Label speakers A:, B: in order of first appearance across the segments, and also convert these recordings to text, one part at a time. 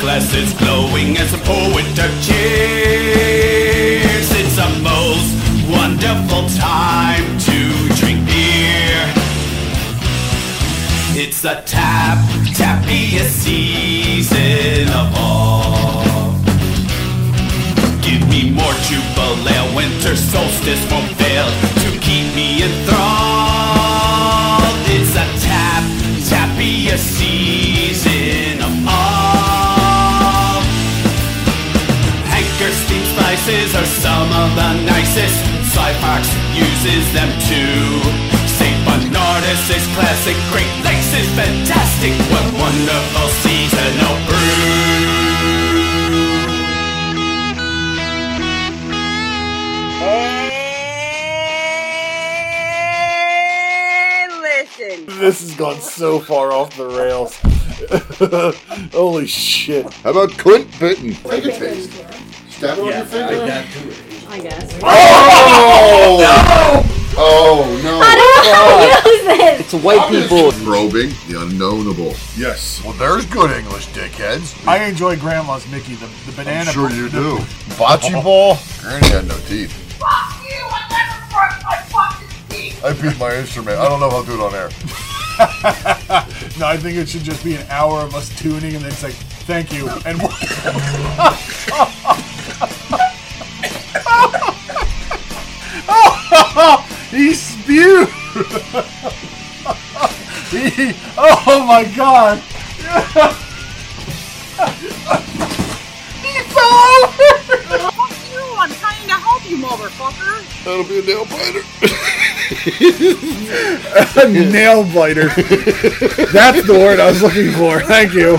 A: glass is glowing as a poet cheers. It's a most wonderful time to drink beer. It's the tap, tappiest season of all. Give me more Jubilee, winter solstice won't fail to keep me enthralled. It's a tap, tappiest season of all. Hanker steam spices are some of the nicest. Slyfox uses them too. St. Bernardus is classic, Great Lakes is fantastic. What wonderful seasonal brew!
B: And listen.
C: This has gone so far off the rails. Holy shit.
D: How about Clint Bitten?
E: Take a taste. Stab it with your finger.
F: I guess.
D: Oh! Oh, no. Oh,
G: It's white people.
D: Probing the unknownable.
E: Yes. Well, there's good English, dickheads.
C: I enjoy Grandma's Mickey, the, the
E: I'm
C: banana.
E: sure you do.
D: Bocce
E: ball. Granny had no teeth.
H: Fuck you! I never broke my fucking teeth!
E: I beat my instrument. I don't know if I'll do it on air.
C: No, I think it should just be an hour of us tuning and then it's like, thank you. And he spewed. he, oh my god.
B: Fuck you! I'm trying to help you, motherfucker.
D: That'll be a nail biter.
C: A nail biter. That's the word I was looking for. Thank you.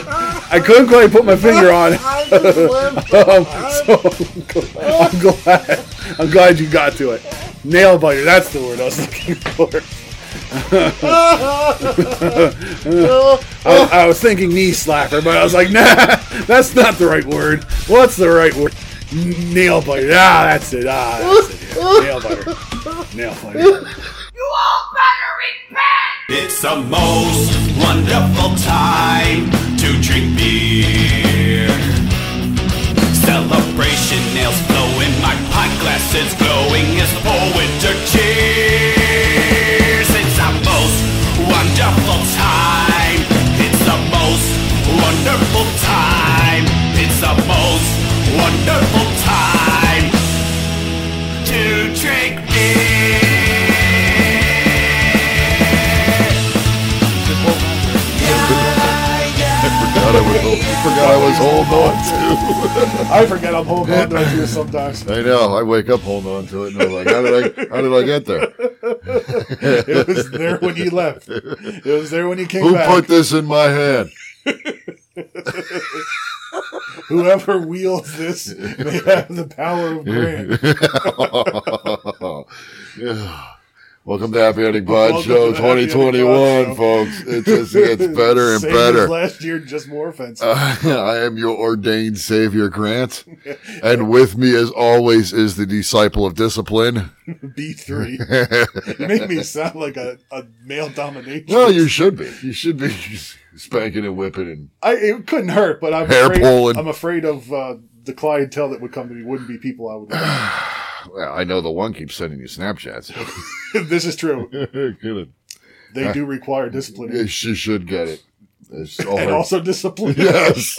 C: I couldn't quite put my finger on it. Um, so I'm gl- I'm glad. I'm glad you got to it. Nail biter. That's the word I was looking for. I, I was thinking knee slapper, but I was like, nah, that's not the right word. What's the right word? Nail biter. Ah, that's it. Ah, that's it. Yeah. Nail biter. Nail biter.
H: You all better repent!
A: It's the most wonderful time to drink beer. Celebration nails flowing, my pint glass is glowing as the winter cheers. It's the most wonderful time. It's the most wonderful time. It's the most wonderful time to drink beer.
D: forgot I was, forgot I was holding on to.
C: I forget I'm holding on to it sometimes.
D: I know. I wake up holding on to it, and I'm like, how did I, how did I get there?
C: It was there when you left. It was there when you came
D: Who
C: back.
D: put this in my hand?
C: Whoever wields this may have the power of Grant.
D: Yeah. Welcome to Happy Ending Pod
C: Welcome
D: Show
C: to the Happy Ending Pod Show.
D: 2021, folks. It just gets better and
C: Same
D: better.
C: As last year, just more offensive.
D: Uh, I am your ordained savior, Grant. And with me, as always, is the disciple of discipline.
C: B three. You make me sound like a, a male domination.
D: Well, you should be. You should be spanking and whipping and
C: I it couldn't hurt, but I'm
D: Hair
C: afraid,
D: pulling.
C: I'm afraid of uh, the clientele that would come to me wouldn't be people I would. Like.
D: well, I know the one keeps sending you Snapchats.
C: this is true.
D: Kidding.
C: They do require discipline
D: Yeah, she should get it. It's all
C: and
D: her-
C: also discipline.
D: yes.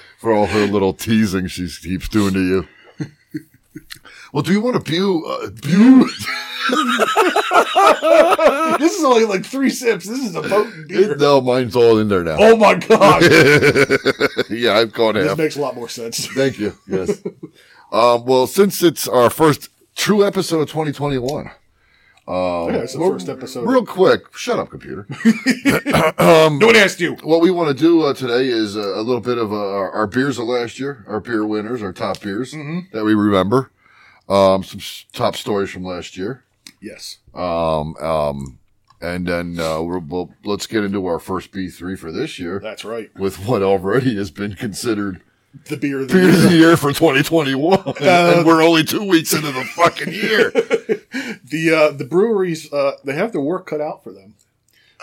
D: For all her little teasing she keeps doing to you. Well, do you want to pew? Uh, pew?
C: This is only like three sips. This is a potent beer.
D: no, mine's all in there now.
C: Oh my god!
D: yeah, I've gone
C: This
D: half.
C: makes a lot more sense.
D: Thank you. Yes. um, well, since it's our first true episode of 2021,
C: yeah, it's the
D: we're-
C: first episode.
D: real quick, shut up, computer.
C: no one asked you.
D: what we want to do uh, today is uh, a little bit of uh, our, our beers of last year, our beer winners, our top beers
C: Mm-hmm.
D: that we remember, um, some s- top stories from last year,
C: Yes.
D: um, um, and then uh, we'll, we'll let's get into our first B three for this year
C: That's right.
D: with what already has been considered
C: The beer. That
D: beer of the year for 2021, and we're only two weeks into the fucking year.
C: the uh, the breweries uh, they have their work cut out for them.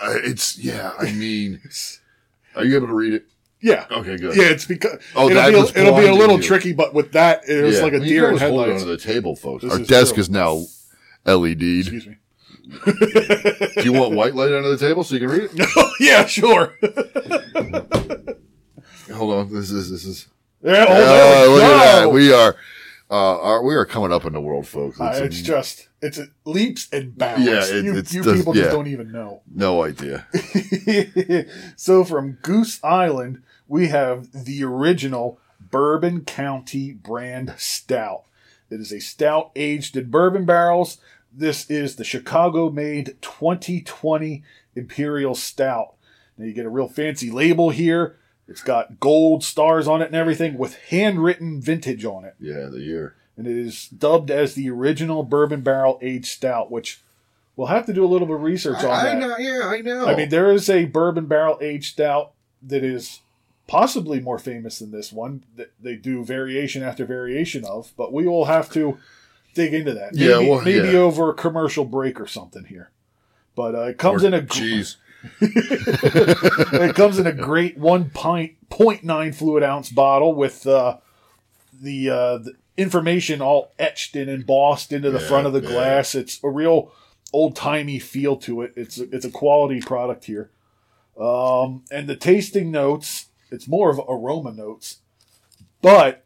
D: Uh, it's yeah. I mean, are you able to read it?
C: Yeah.
D: Okay, good.
C: Yeah, it's because
D: Oh, that
C: it'll
D: was
C: be a, it'll be a
D: blinding
C: little
D: you.
C: tricky, but with that, it was
D: Yeah.
C: like a
D: You can
C: deer in
D: always hold it
C: headlights.
D: under the table, folks.
C: This
D: Our
C: is
D: desk
C: true.
D: is now LED'd.
C: Excuse me.
D: Do you want white light under the table so you can read it?
C: yeah, sure. yeah, oh,
D: Hold on. This is this is.
C: oh, there
D: Oh,
C: we
D: look at
C: go.
D: that. We are, uh, are we are coming up in the world, folks.
C: Uh,
D: It's
C: it's
D: a-
C: just it's it leaps and bounds.
D: Yeah, it-
C: you,
D: it's
C: you
D: just-
C: people
D: yeah.
C: just don't even know.
D: no idea.
C: so from Goose Island, we have the original Bourbon County brand stout. It is a stout aged in bourbon barrels. This is the Chicago made 2020 Imperial Stout. Now you get a real fancy label here. It's got gold stars on it and everything with handwritten vintage on it.
D: Yeah, the year.
C: And it is dubbed as the original bourbon barrel aged stout, which we'll have to do a little bit of research on that.
D: yeah, I know.
C: I mean, there is a bourbon barrel aged stout that is possibly more famous than this one that they do variation after variation of, but we will have to dig into that. Maybe,
D: Yeah, well,
C: maybe
D: yeah.
C: over a commercial break or something here. But uh, it comes in a gr-
D: Jeez.
C: it comes in a great one pint 0.9 fluid ounce bottle with uh, the, uh, the information all etched and embossed into the front of the
D: yeah.
C: glass. It's a real old timey feel to it. It's a, it's a quality product here. Um, and the tasting notes, it's more of aroma notes, but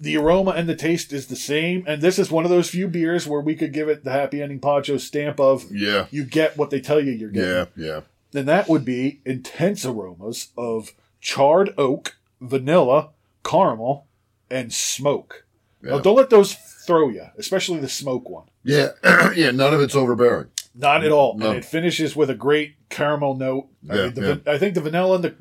C: the aroma and the taste is the same. And this is one of those few beers where we could give it the happy ending Pacho stamp of
D: Yeah,
C: you get what they tell you you're getting
D: yeah, yeah.
C: then that would be intense aromas of charred oak, vanilla, caramel, and smoke. Now,
D: Yeah.
C: don't let those throw you, especially the smoke one.
D: Yeah, yeah, none of it's overbearing.
C: Not at all.
D: No.
C: And it finishes with a great caramel note. I,
D: Yeah,
C: mean, the, van- I think the vanilla and the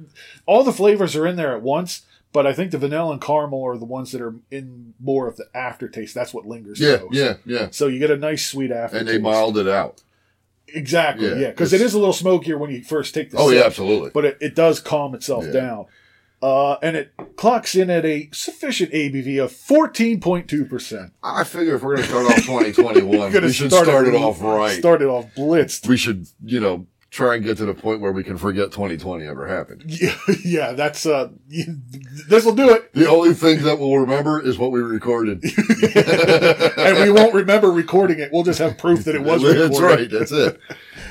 C: all the flavors are in there at once, but I think the vanilla and caramel are the ones that are in more of the aftertaste. That's what lingers. the
D: Yeah,
C: most.
D: yeah, yeah.
C: So you get a nice sweet aftertaste.
D: And they mild it out.
C: Exactly.
D: Yeah,
C: Yeah, because it
D: it's-
C: is a little smokier when you first take the.
D: Oh,
C: sip.
D: yeah, absolutely.
C: but it, it does calm itself
D: Yeah.
C: down. Uh, and it clocks in at a sufficient ABV of 14.2%.
D: I figure if we're going to start off 2021,
C: Gonna
D: we should start, it
C: re-
D: off right.
C: Start it off blitzed.
D: we should, you know, try and get to the point where we can forget 2020 ever happened.
C: Yeah, yeah that's uh, this will do it.
D: The only thing that we'll remember is what we recorded.
C: And we won't remember recording it. We'll just have proof that it was recorded.
D: That's right. That's it.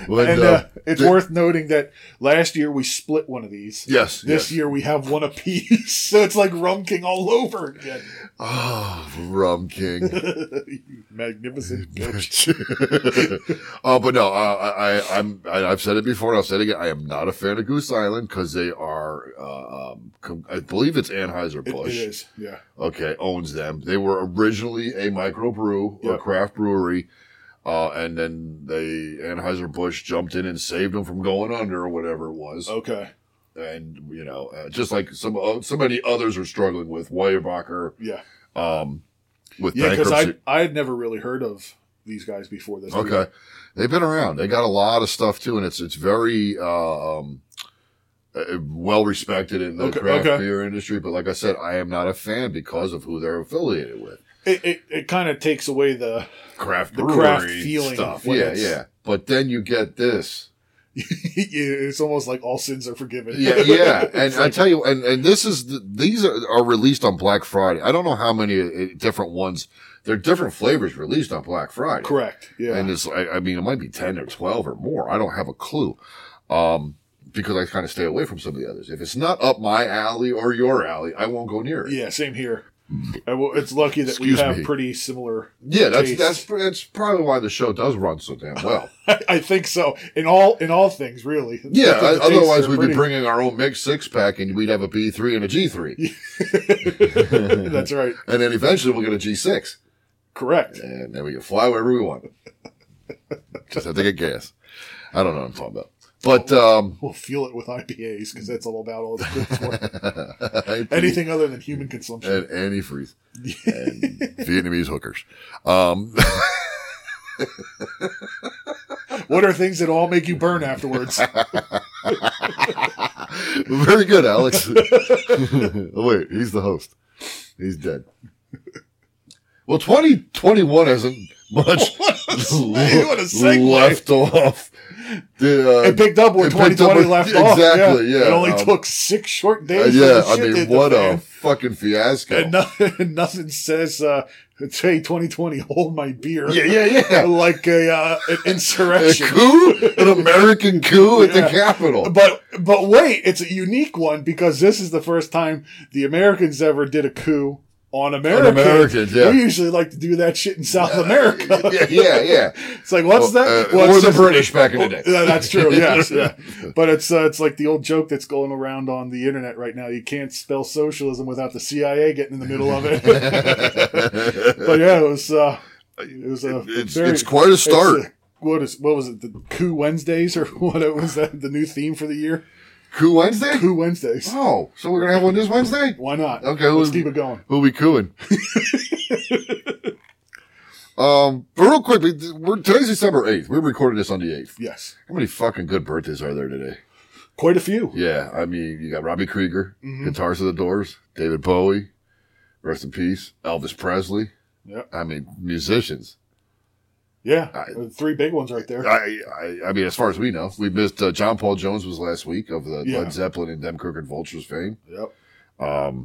D: But,
C: And
D: uh,
C: uh, it's
D: the-
C: worth noting that last year we split one of these.
D: Yes.
C: This
D: yes.
C: year we have one apiece, so it's like Rum King all over again.
D: Oh, Rum King.
C: Magnificent. bitch.
D: uh, but no, uh, I, I, I'm, I, I've said it before and I'll say it again. I am not a fan of Goose Island because they are, uh, um, com- I believe it's
C: It- it
D: Anheuser-Busch.
C: is, yeah.
D: okay, owns them. They were originally a microbrew or
C: Yep.
D: craft brewery, uh, and then they Anheuser Busch jumped in and saved them from going under or whatever it was.
C: Okay.
D: And you know, uh, just like some uh, so many others are struggling with Weyerbacher,
C: Yeah.
D: um, with
C: Yeah, because I
D: bankruptcy.
C: I had never really heard of these guys before this.
D: okay, they've been around. They got a lot of stuff too, and it's it's very. Uh, um, uh, well respected in the
C: Okay,
D: craft
C: okay.
D: beer industry, but like I said, I am not a fan because of who they're affiliated with.
C: It it, it kind of takes away the
D: craft
C: The
D: brewery
C: craft feeling
D: stuff.
C: when
D: Yeah,
C: it's-
D: yeah. But then you get this.
C: it's almost like all sins are forgiven.
D: Yeah, yeah. And I tell you, and and this is the, these are, are released on Black Friday. I don't know how many uh, different ones. They're different flavors released on Black Friday.
C: correct. Yeah,
D: And it's I, I mean it might be ten or twelve or more. I don't have a clue. Um. Because I kind of stay away from some of the others. If it's not up my alley or your alley, I won't go near it.
C: yeah, same here. And well, it's lucky that we
D: uh, Excuse
C: have
D: me.
C: pretty similar.
D: Yeah, that's
C: taste.
D: that's that's probably why the show does run so damn well.
C: I think so in all in all things really.
D: Yeah,
C: The tastes
D: otherwise
C: are
D: we'd
C: pretty-
D: be bringing our own mixed six pack and we'd have a B3 and a G3.
C: That's right.
D: And then eventually we'll get a G6.
C: Correct.
D: And then we can fly wherever we want. Just have to get gas. I don't know what I'm talking about. But, um,
C: We'll fuel it with IPAs because that's all about all it's good for.
D: I-
C: Anything other than human consumption.
D: and antifreeze and Vietnamese hookers. Um,
C: What are things that all make you burn afterwards?
D: very good, Alex. oh, wait, he's the host. He's dead. Well, 2021 hasn't much
I: What a segue.
D: left off. The, uh,
C: It picked up where
D: it picked up
C: 2020
D: with-
C: left
D: exactly,
C: off.
D: yeah.
C: It only
D: um,
C: took six short
D: uh,
C: days.
D: yeah,
C: for the
D: I
C: shit to hit
D: mean,
C: the
D: what a
C: fan.
D: fucking fiasco.
C: And nothing, nothing says, uh, hey, 2020, hold my beer.
D: yeah, yeah, yeah.
C: like a, uh, an
D: A
C: insurrection.
D: coup, an American coup at the
C: Yeah.
D: Capitol.
C: But but wait, it's a unique one because this is the first time the Americans ever did a coup on Americans.
D: Americans, yeah.
C: We usually like to do that shit in South America.
D: yeah, yeah, yeah.
C: It's like what's
D: Uh,
C: that? Well,
D: or
C: it's
D: the
C: just-
D: British back in the day.
C: Yeah, that's true. Yes, yeah. But it's uh, it's like the old joke that's going around on the internet right now. You can't spell socialism without the CIA getting in the middle of it. but yeah, it was uh, it was a
D: It's- it's quite a start.
C: it's a- what is what was it? The coup Wednesdays or what it was that the new theme for the year?
D: Coup Wednesday?
C: Coup Wednesdays.
D: Oh, so we're gonna have one this Wednesday?
C: Why not?
D: Okay,
C: let's
D: who-
C: keep it going.
D: Who we cooing? um, but real quickly, th- we're, today's December eighth. We recorded this on the eighth.
C: Yes,
D: How many fucking good birthdays are there today?
C: quite a few.
D: Yeah, I mean, you got Robbie Krieger,
C: Mm-hmm.
D: Guitars of the Doors, David Bowie, rest in peace, Elvis Presley.
C: Yep.
D: I mean, musicians.
C: Yeah,
D: I-
C: three big ones right there.
D: I, I, I mean, as far as we know, we missed uh, John Paul Jones was last week of the
C: Yeah.
D: Led Zeppelin and Them Crooked Vultures fame.
C: yep.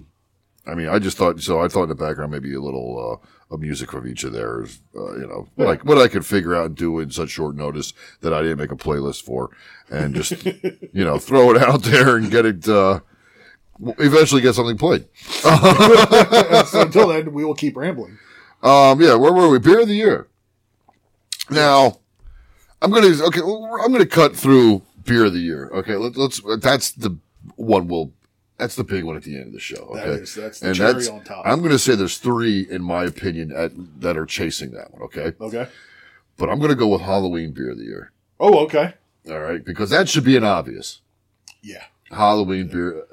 D: I mean, I just thought so. I thought in the background maybe a little uh, of music from each of theirs, uh, you know, like what I could figure out and do in such short notice that I didn't make a playlist for, and just you know throw it out there and get it. Uh, eventually, get something played.
C: so until then, we will keep rambling.
D: Um, yeah, where were we? Beer of the year. Now, I'm gonna okay. well, I'm gonna cut through beer of the year. Okay, let, let's. That's the one we'll. That's the big one at the end of the show. Okay,
C: That is- that's the cherry on top.
D: I'm gonna say there's three in my opinion at, that are chasing that one. Okay,
C: Okay.
D: but I'm gonna go with Halloween beer of the year.
C: Oh, okay.
D: All right, because that should be an obvious
C: Yeah.
D: Halloween beer.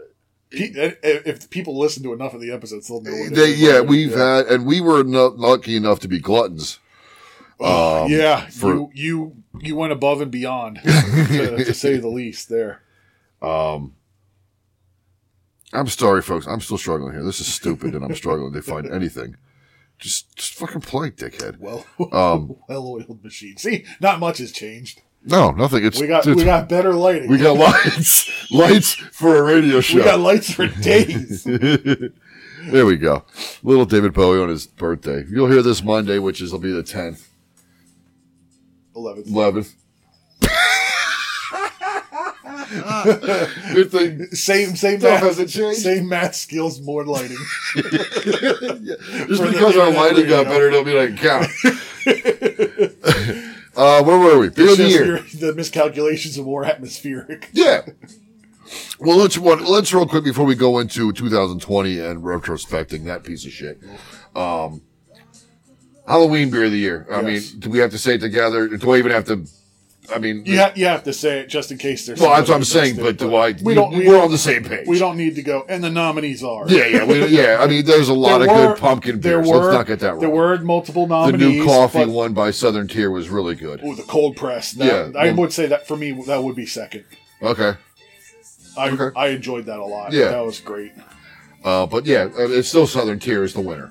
C: Pe- i- If people listen to enough of the episodes, they'll know. What it
D: Eh, They,
C: is.
D: yeah, we've had, and we were nu- lucky enough to be gluttons. Um,
C: yeah.
D: for-
C: you you you went above and beyond, to, to say the least. There.
D: I'm sorry, folks. I'm still struggling here. This is stupid, and I'm struggling to find anything. Just, just fucking play, dickhead.
C: Well,
D: Um,
C: well-oiled machine. See, not much has changed.
D: No, nothing. It's
C: We got
D: it's-
C: we got better lighting.
D: we got lights, lights for a radio show.
C: We got lights for days.
D: there we go. Little David Bowie on his birthday. You'll hear this Monday, which is will be the tenth,
C: Eleven.
D: eleventh. Good thing
C: Same same
D: Stuff
C: math
D: hasn't changed.
C: Same math skills, more lighting.
D: Just
C: For the
D: because our
C: internet
D: lighting got
C: radio.
D: better, don't mean I can count. uh, where were we? Beer
C: It's
D: of the
C: just
D: year.
C: your- the miscalculations are more atmospheric.
D: Yeah. Well, let's what, let's real quick before we go into 2020 and retrospecting that piece of shit. Um, Halloween beer of the year. I
C: Yes.
D: mean, do we have to say it together? Do I even have to? I mean,
C: You, ha- you have to say it just in case there's.
D: Well, that's what I'm
C: somebody who
D: saying.
C: missed
D: But
C: it,
D: do I?
C: We don't. We,
D: We're on the same page.
C: we don't need to go. And the nominees are.
D: Yeah, yeah, we, yeah. I mean, there's a lot of
C: There were-
D: good pumpkin
C: there
D: beers.
C: were-
D: let's not get that wrong.
C: There were multiple
D: the
C: nominees.
D: new coffee
C: but-
D: one by Southern Tier was really good.
C: Ooh, the cold press. That,
D: Yeah,
C: I
D: well-
C: would say that for me that would be second.
D: Okay.
C: I
D: Okay.
C: I enjoyed that a lot.
D: Yeah.
C: that was great.
D: Uh, but yeah, uh, it's still Southern Tier is the winner.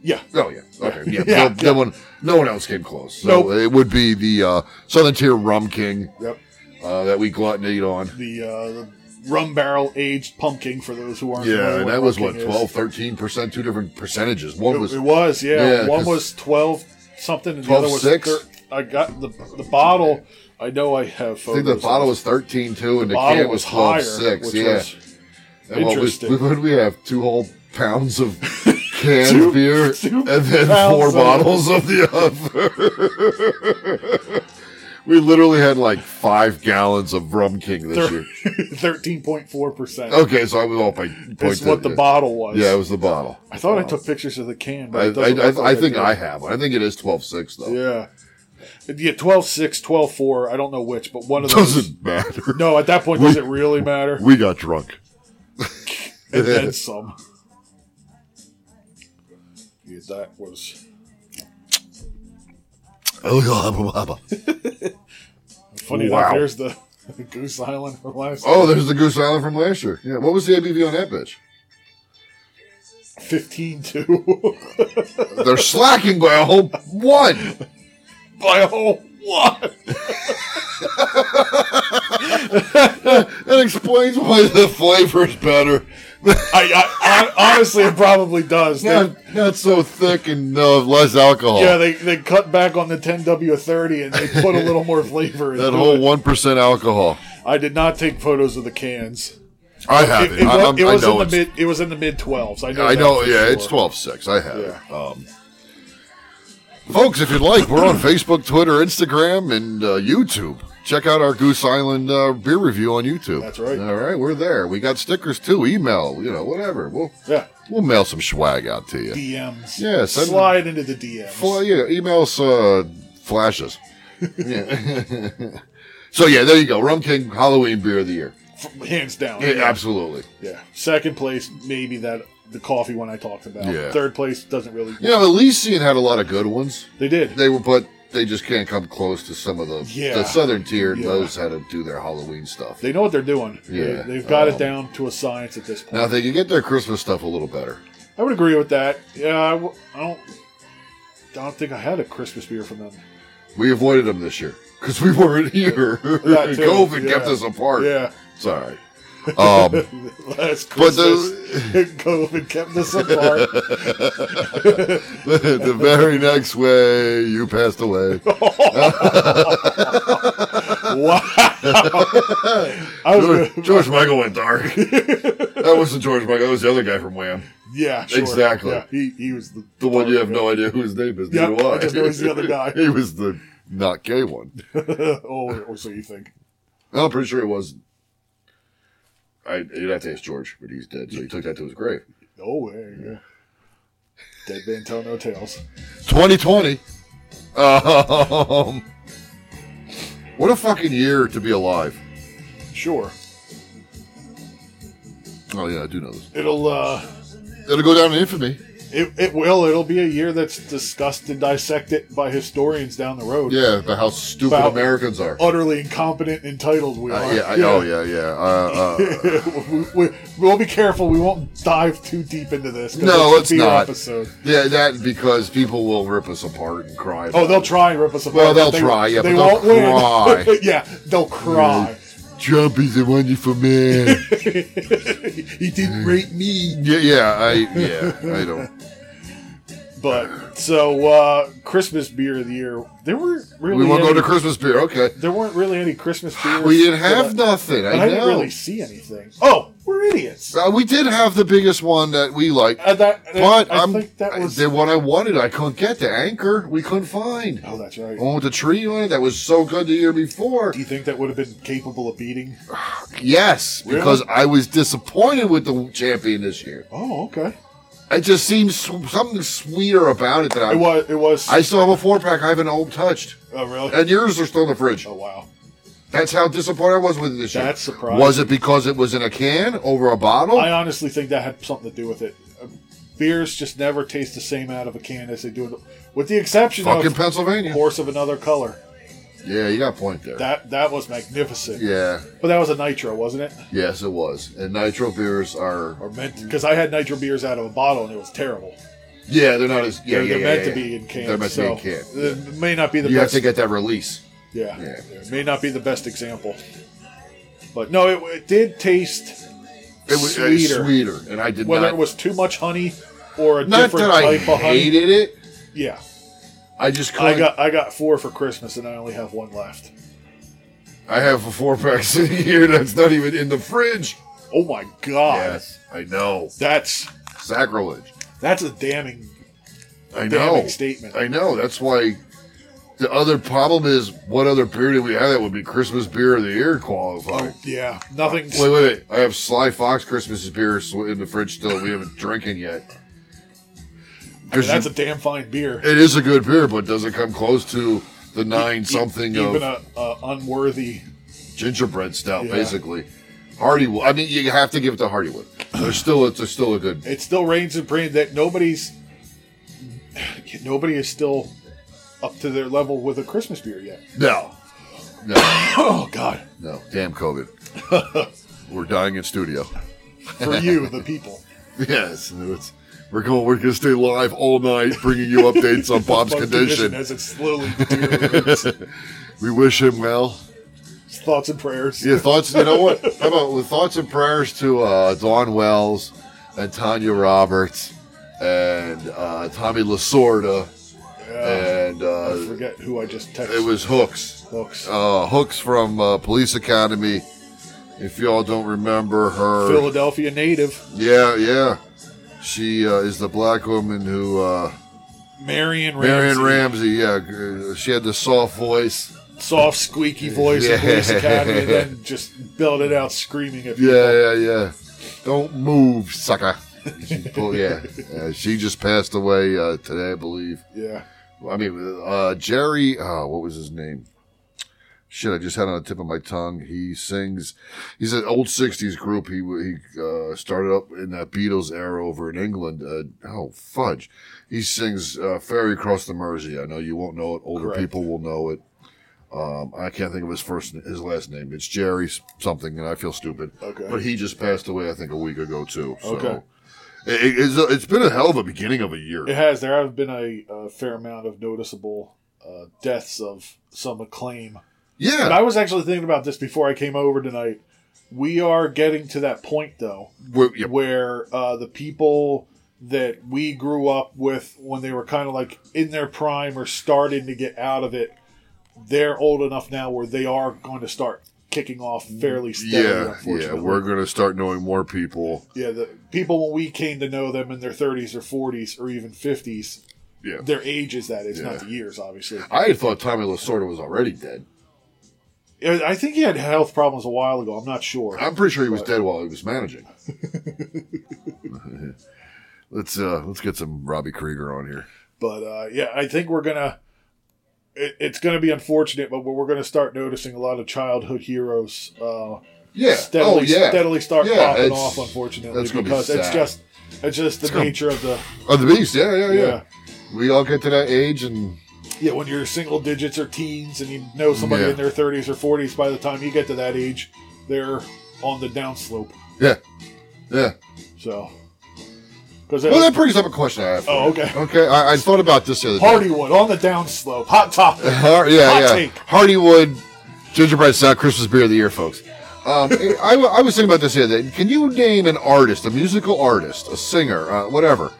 C: Yeah,
D: Oh yeah, okay, yeah.
C: Yeah,
D: no, no one, no one else came close. So
C: Nope.
D: it would be the uh, Southern Tier Rum King
C: yep.
D: uh, that we gluttoned on.
C: The, uh, the rum barrel aged pumpkin for those who aren't. familiar
D: Yeah, and
C: with
D: that was what
C: pumpkin is.
D: 12, 13 percent, two different percentages. One
C: It
D: was
C: it was yeah.
D: Yeah,
C: one
D: 'cause-
C: was twelve something, and the other was
D: 12.6?
C: thir- I got the the bottle. I know I have.
D: I think the
C: photos
D: bottle
C: of
D: was thirteen two, and the
C: bottle
D: can was twelve
C: which
D: six. Yeah,
C: was
D: and what was
C: interesting.
D: what did we have? Two whole pounds of canned
C: Two-
D: beer,
C: two
D: and then
C: pounds
D: four
C: of-
D: bottles of the other. we literally had like five gallons of Rum King this year.
C: thirteen point four percent.
D: Okay, so I was off by
C: That's what the
D: yeah.
C: bottle was.
D: Yeah, it was the bottle.
C: I thought I took pictures of the can,
D: I,
C: but it
D: I,
C: doesn't
D: I,
C: look like
D: I think
C: did.
D: I have. one. I think it is 12-6, though.
C: Yeah, yeah, 12-6, 12-4, I don't know which, but one of those.
D: Doesn't matter.
C: No, at that point, does it really matter?
D: We got drunk.
C: and then some. Yeah, that was
D: Oh, yeah, hubba, hubba.
C: funny.
D: Wow.
C: Enough, there's the Goose Island from last.
D: oh, there's the Goose Island from last year. Yeah, what was the ABV on that bitch?
C: fifteen two
D: They're slacking by a whole one.
C: by a whole one.
D: That explains why the flavor's better.
C: I, I, I honestly, it probably does. They-
D: Not, not so thick and uh, less alcohol.
C: yeah, they, they cut back on the 10W30 and they put a little more flavor.
D: that
C: into
D: whole
C: it.
D: one percent alcohol.
C: I did not take photos of the cans.
D: I have
C: It,
D: it.
C: it
D: I,
C: was,
D: I'm-
C: it
D: I
C: was
D: know
C: in the
D: it's-
C: mid. It was in the mid twelves. I know.
D: I
C: that
D: know,
C: for
D: yeah,
C: sure.
D: it's 12 6. I have it. Um, folks, if you'd like, we're on Facebook, Twitter, Instagram, and uh, YouTube. Check out our Goose Island uh, beer review on YouTube.
C: That's right.
D: All right, we're there. We got stickers too, email, you know, whatever. We'll,
C: Yeah.
D: we'll mail some swag out to you.
C: DMs.
D: Yeah, send-
C: slide into the DMs.
D: Well, yeah, email us uh, flashes. yeah. so, yeah, there you go. Rum King Halloween Beer of the Year.
C: Hands down.
D: Yeah, absolutely.
C: Yeah. Second place, maybe that the coffee one I talked about.
D: Yeah.
C: Third place doesn't really.
D: You know, Elysian had a lot of good ones.
C: They did.
D: They were, but they just can't come close to some of the
C: Yeah.
D: the southern tier
C: Yeah.
D: knows how to do their Halloween stuff.
C: They know what they're doing.
D: Yeah.
C: They, have got it
D: Um,
C: down to a science at this point.
D: now they can get their Christmas stuff a little better.
C: I would agree with that. Yeah. I, w- I don't. I don't think I had a Christmas beer from them.
D: We avoided them this year because we weren't here.
C: That too,
D: COVID
C: yeah.
D: kept us apart.
C: Yeah.
D: it's all right. Um,
C: Last
D: But
C: Christmas, COVID kept us apart.
D: the very next way you passed away.
C: Wow. I was
D: George,
C: gonna-
D: George Michael went dark. that wasn't George Michael. That was the other guy from Wham.
C: yeah, sure.
D: Exactly.
C: Yeah, he, he was the,
D: The one you have no idea who his name is.
C: Yep,
D: neither do
C: Oh, I just know he's the other guy.
D: he was the not gay one.
C: oh, or so you think.
D: I'm pretty sure it was. I you'd have to ask George, but he's dead, so he took that to his grave.
C: Oh, there you go. Dead man tell no tales.
D: 2020. Um, what a fucking year to be alive.
C: Sure,
D: Oh yeah, I do know this.
C: it'll uh,
D: It'll go down in infamy.
C: it, it will. It'll be a year that's discussed and dissected by historians down the road.
D: Yeah, about how stupid
C: About- Oh,
D: Americans are. Uh,
C: Utterly incompetent, and entitled we
D: yeah,
C: are.
D: I- oh yeah, yeah. Uh, uh,
C: we, we, we'll be careful. We won't dive too deep into this. 'cause it's a
D: No, let's
C: beer
D: not.
C: Episode.
D: yeah, that because people will rip us apart and cry.
C: Oh,
D: about
C: they'll
D: it.
C: try and rip us apart.
D: Well, they'll
C: but they-
D: try, yeah,
C: they
D: but
C: won't
D: they'll cry.
C: win. yeah, they'll cry.
D: Trump is a wonderful man.
C: he didn't rape me.
D: yeah, yeah, I, yeah, I don't.
C: But so uh, Christmas beer of the year, there weren't really
D: We won't go
C: any-
D: to Christmas beer. Okay,
C: there weren't really any Christmas beers.
D: we didn't
C: that
D: have nothing. I,
C: and
D: know.
C: I didn't really see anything. Oh, we're idiots.
D: Uh, we did have the biggest one that we liked,
C: Uh, that-
D: but
C: I
D: I'm,
C: think that was-
D: the one I wanted. I couldn't get the anchor. We couldn't find
C: Oh, that's right.
D: the one with the tree on it. That was so good the year before.
C: Do you think that would have been capable of beating?
D: Yes,
C: Really?
D: because I was disappointed with the champion this year.
C: Oh, okay.
D: It just seems sw- something sweeter about it that I
C: It was. It was.
D: I still have a four pack I haven't owned touched,
C: oh, really?
D: and yours are still in the fridge.
C: oh, wow.
D: That's how disappointed I was with it this year.
C: That's surprising.
D: Was it because it was in a can over a bottle?
C: I honestly think that had something to do with it. Uh, Beers just never taste the same out of a can as they do, in- with the exception
D: Fucking
C: of
D: Pennsylvania.
C: horse of another color.
D: Yeah, you got a point there.
C: That that was magnificent.
D: yeah.
C: But that was a nitro, wasn't it?
D: Yes, it was. And nitro beers are.
C: Or meant because I had nitro beers out of a bottle and it was terrible.
D: Yeah, they're not as. Yeah,
C: they're,
D: yeah,
C: they're
D: yeah,
C: meant to
D: yeah.
C: be in cans.
D: They're meant
C: so
D: to be in can.
C: It may not be the
D: You have
C: best.
D: to get that release.
C: yeah,
D: yeah.
C: it may not be the best example. But no, it, it did taste
D: It was
C: sweeter.
D: sweeter. sweeter, and I did
C: Whether
D: not.
C: it was too much honey or a
D: not
C: different
D: that I
C: type of honey.
D: hated it.
C: Yeah,
D: I just couldn't.
C: I got I got four for Christmas and I only have one left.
D: I have a four pack sitting here that's not even in the fridge.
C: Oh my god,
D: Yes, I know.
C: that's
D: Sacrilege.
C: that's a damning.
D: I
C: damning
D: know.
C: statement.
D: I know. That's why. The other problem is, what other beer do we have that would be Christmas beer of the year qualifying?
C: oh, Yeah, nothing.
D: Wait, wait, wait. I have Sly Fox Christmas beer sw- in the fridge still. We haven't drinking yet.
C: I mean, that's a damn fine beer.
D: it is a good beer, but does it come close to the nine something
C: e- Even
D: of
C: a, a unworthy.
D: gingerbread stout,
C: Yeah.
D: basically? Hardywood. I mean, you have to give it to Hardywood. They're still, it's they're still a good.
C: It still reigns supreme that nobody's nobody is still up to their level with a Christmas beer yet.
D: No, no,
C: Oh God,
D: no. Damn COVID. We're dying in studio.
C: for you, the people.
D: Yes, it's We're going. We're going to stay live all night, bringing you updates on Bob's
C: Bob's
D: condition.
C: as it slowly deteriorates.
D: We wish him well.
C: His thoughts and prayers.
D: Yeah, thoughts. You know what? How about with thoughts and prayers to uh, Dawn Wells and Tanya Roberts and uh, Tommy Lasorda and
C: I
D: uh,
C: forget who I just texted.
D: it was Hooks.
C: Hooks.
D: Uh, Hooks from uh, Police Academy. If y'all don't remember her,
C: Philadelphia native
D: yeah, yeah, she uh, is the black woman who uh,
C: Marion Ramsey.
D: Marion Ramsey. Yeah, g- she had the soft voice.
C: Soft, squeaky voice
D: Yeah.
C: of Police Academy, and then just belted out screaming at people.
D: Yeah, yeah, yeah. Don't move, sucker. She- oh, yeah. yeah, she just passed away uh, today, I believe.
C: Yeah.
D: I mean, uh, Jerry, uh, what was his name? Shit, I just had it on the tip of my tongue. He sings. He's an old '60s group. He he uh, started up in that Beatles era over in England. Uh, oh fudge! He sings uh, "Ferry Across the Mersey." I know you won't know it. Older
C: Correct.
D: people will know it. Um, I can't think of his first his last name. It's Jerry s- something, and I feel stupid.
C: Okay.
D: But he just passed away. I think a week ago too. So
C: Okay.
D: it, it- it's, a- it's been a hell of a beginning of a year.
C: It has. There have been a, a fair amount of noticeable uh, deaths of some acclaim.
D: yeah.
C: And I was actually thinking about this before I came over tonight. We are getting to that point, though,
D: We're- yeah.
C: where uh, the people that we grew up with when they were kind of like in their prime or starting to get out of it, they're old enough now where they are going to start kicking off fairly steadily.
D: yeah, yeah,
C: unfortunately.
D: we're gonna start knowing more people.
C: yeah. The people when we came to know them in their 30s or 40s or even 50s,
D: Yeah,
C: their ages that is,
D: Yeah.
C: not the years, obviously.
D: I had thought Tommy Lasorda was already dead.
C: I I think he had health problems a while ago. I'm not sure.
D: I'm pretty sure he was dead while he was managing. let's uh let's get some Robbie Krieger on here.
C: But uh, yeah, I think we're gonna. It, it's gonna be unfortunate, but we're gonna start noticing a lot of childhood heroes. Uh,
D: Yeah,
C: steadily,
D: oh yeah.
C: steadily start
D: Yeah,
C: popping
D: it's-
C: off, unfortunately,
D: that's gonna be
C: because it's
D: sad.
C: just it's just the
D: gonna-
C: nature of the
D: Oh, the Beast. Yeah, yeah, yeah,
C: yeah.
D: We all get to that age, and
C: yeah when you're single digits or teens and you know somebody
D: Yeah.
C: in their 30s or 40s by the time you get to that age they're on the downslope
D: yeah, yeah.
C: so because
D: Well, that brings up a question I have. for
C: Oh,
D: you.
C: okay.
D: Okay, I, I thought about this the other day.
C: Hardywood on the downslope hot topic
D: Har- yeah,
C: Hot
D: yeah.
C: take.
D: Hardywood gingerbread stout Christmas beer of the year, folks. Um, I, I was thinking about this the other day. Can you name an artist, a musical artist, a singer, uh, whatever,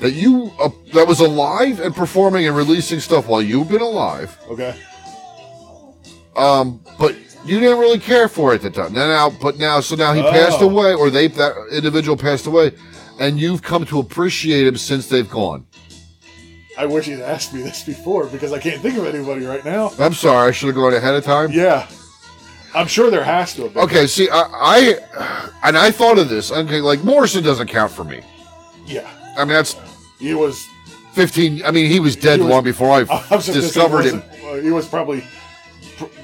D: that you uh, that was alive and performing and releasing stuff while you've been alive,
C: okay
D: um, but you didn't really care for it at the time. Now, now but now, so now he
C: Oh.
D: passed away, or they that individual passed away, and you've come to appreciate him since they've gone.
C: I wish he'd asked me this before because I can't think of anybody right now.
D: I'm sorry, I should have gone ahead of time.
C: Yeah. I'm sure there has to have been.
D: Okay, see, I, I and I thought of this. Okay, like Morrison doesn't count for me.
C: Yeah.
D: I mean, that's
C: He was.
D: fifteen. I mean, he was dead
C: He was-
D: long before I,
C: I was just
D: discovered
C: him.
D: him.
C: He was probably.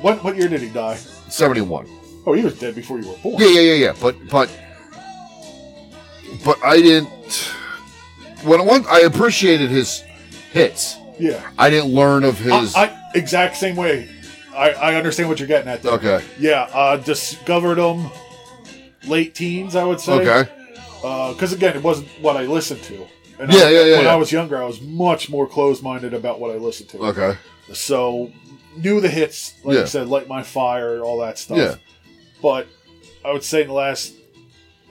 C: What, what year did he die?
D: Seventy-one.
C: Oh, he was dead before you were born.
D: Yeah, yeah, yeah, yeah. But but but I didn't. When I want, I appreciated his hits.
C: Yeah.
D: I didn't learn of his.
C: I, I- exact same way. I, I understand what you're getting at there.
D: okay,
C: Yeah. Uh, discovered him late teens, I would say.
D: okay,
C: Because Uh, again, it wasn't what I listened to. And
D: Yeah,
C: I,
D: yeah, yeah,
C: When
D: yeah.
C: I was younger, I was much more closed minded about what I listened to.
D: okay.
C: So knew the hits, like
D: Yeah.
C: you said, "Light My Fire," all that stuff.
D: Yeah.
C: But I would say in the last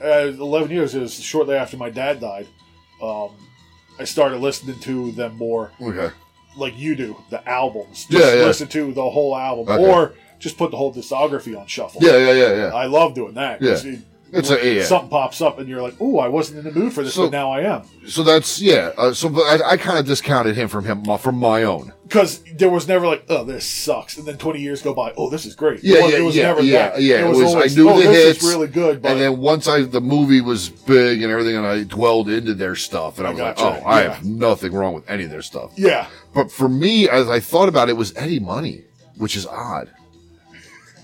C: uh, eleven years, it was shortly after my dad died. Um, I started listening to them more,
D: Okay.
C: like you do, the albums. Just
D: Yeah, yeah.
C: listen to the whole album,
D: Okay.
C: or just put the whole discography on shuffle.
D: Yeah, yeah, yeah, yeah.
C: I love doing that.
D: Yeah.
C: 'cause you-
D: It's a yeah.
C: Something pops up, and you're like, "Oh, I wasn't in the mood for this,
D: So-
C: but now I am."
D: so that's yeah. Uh, so but I, I kind of discounted him from him from my own.
C: because there was never like, oh, this sucks, and then twenty years go by, oh, this is great.
D: Yeah,
C: it was,
D: yeah,
C: it was
D: yeah,
C: never
D: yeah,
C: that.
D: yeah.
C: It was, always,
D: I knew
C: oh,
D: the
C: this
D: hits,
C: is really good, but
D: and then once I the movie was big and everything, and I dwelled into their stuff, and I was like,
C: gotcha,
D: oh, I
C: yeah.
D: have nothing wrong with any of their stuff.
C: yeah,
D: But for me, as I thought about it, it was Eddie Money, which is odd.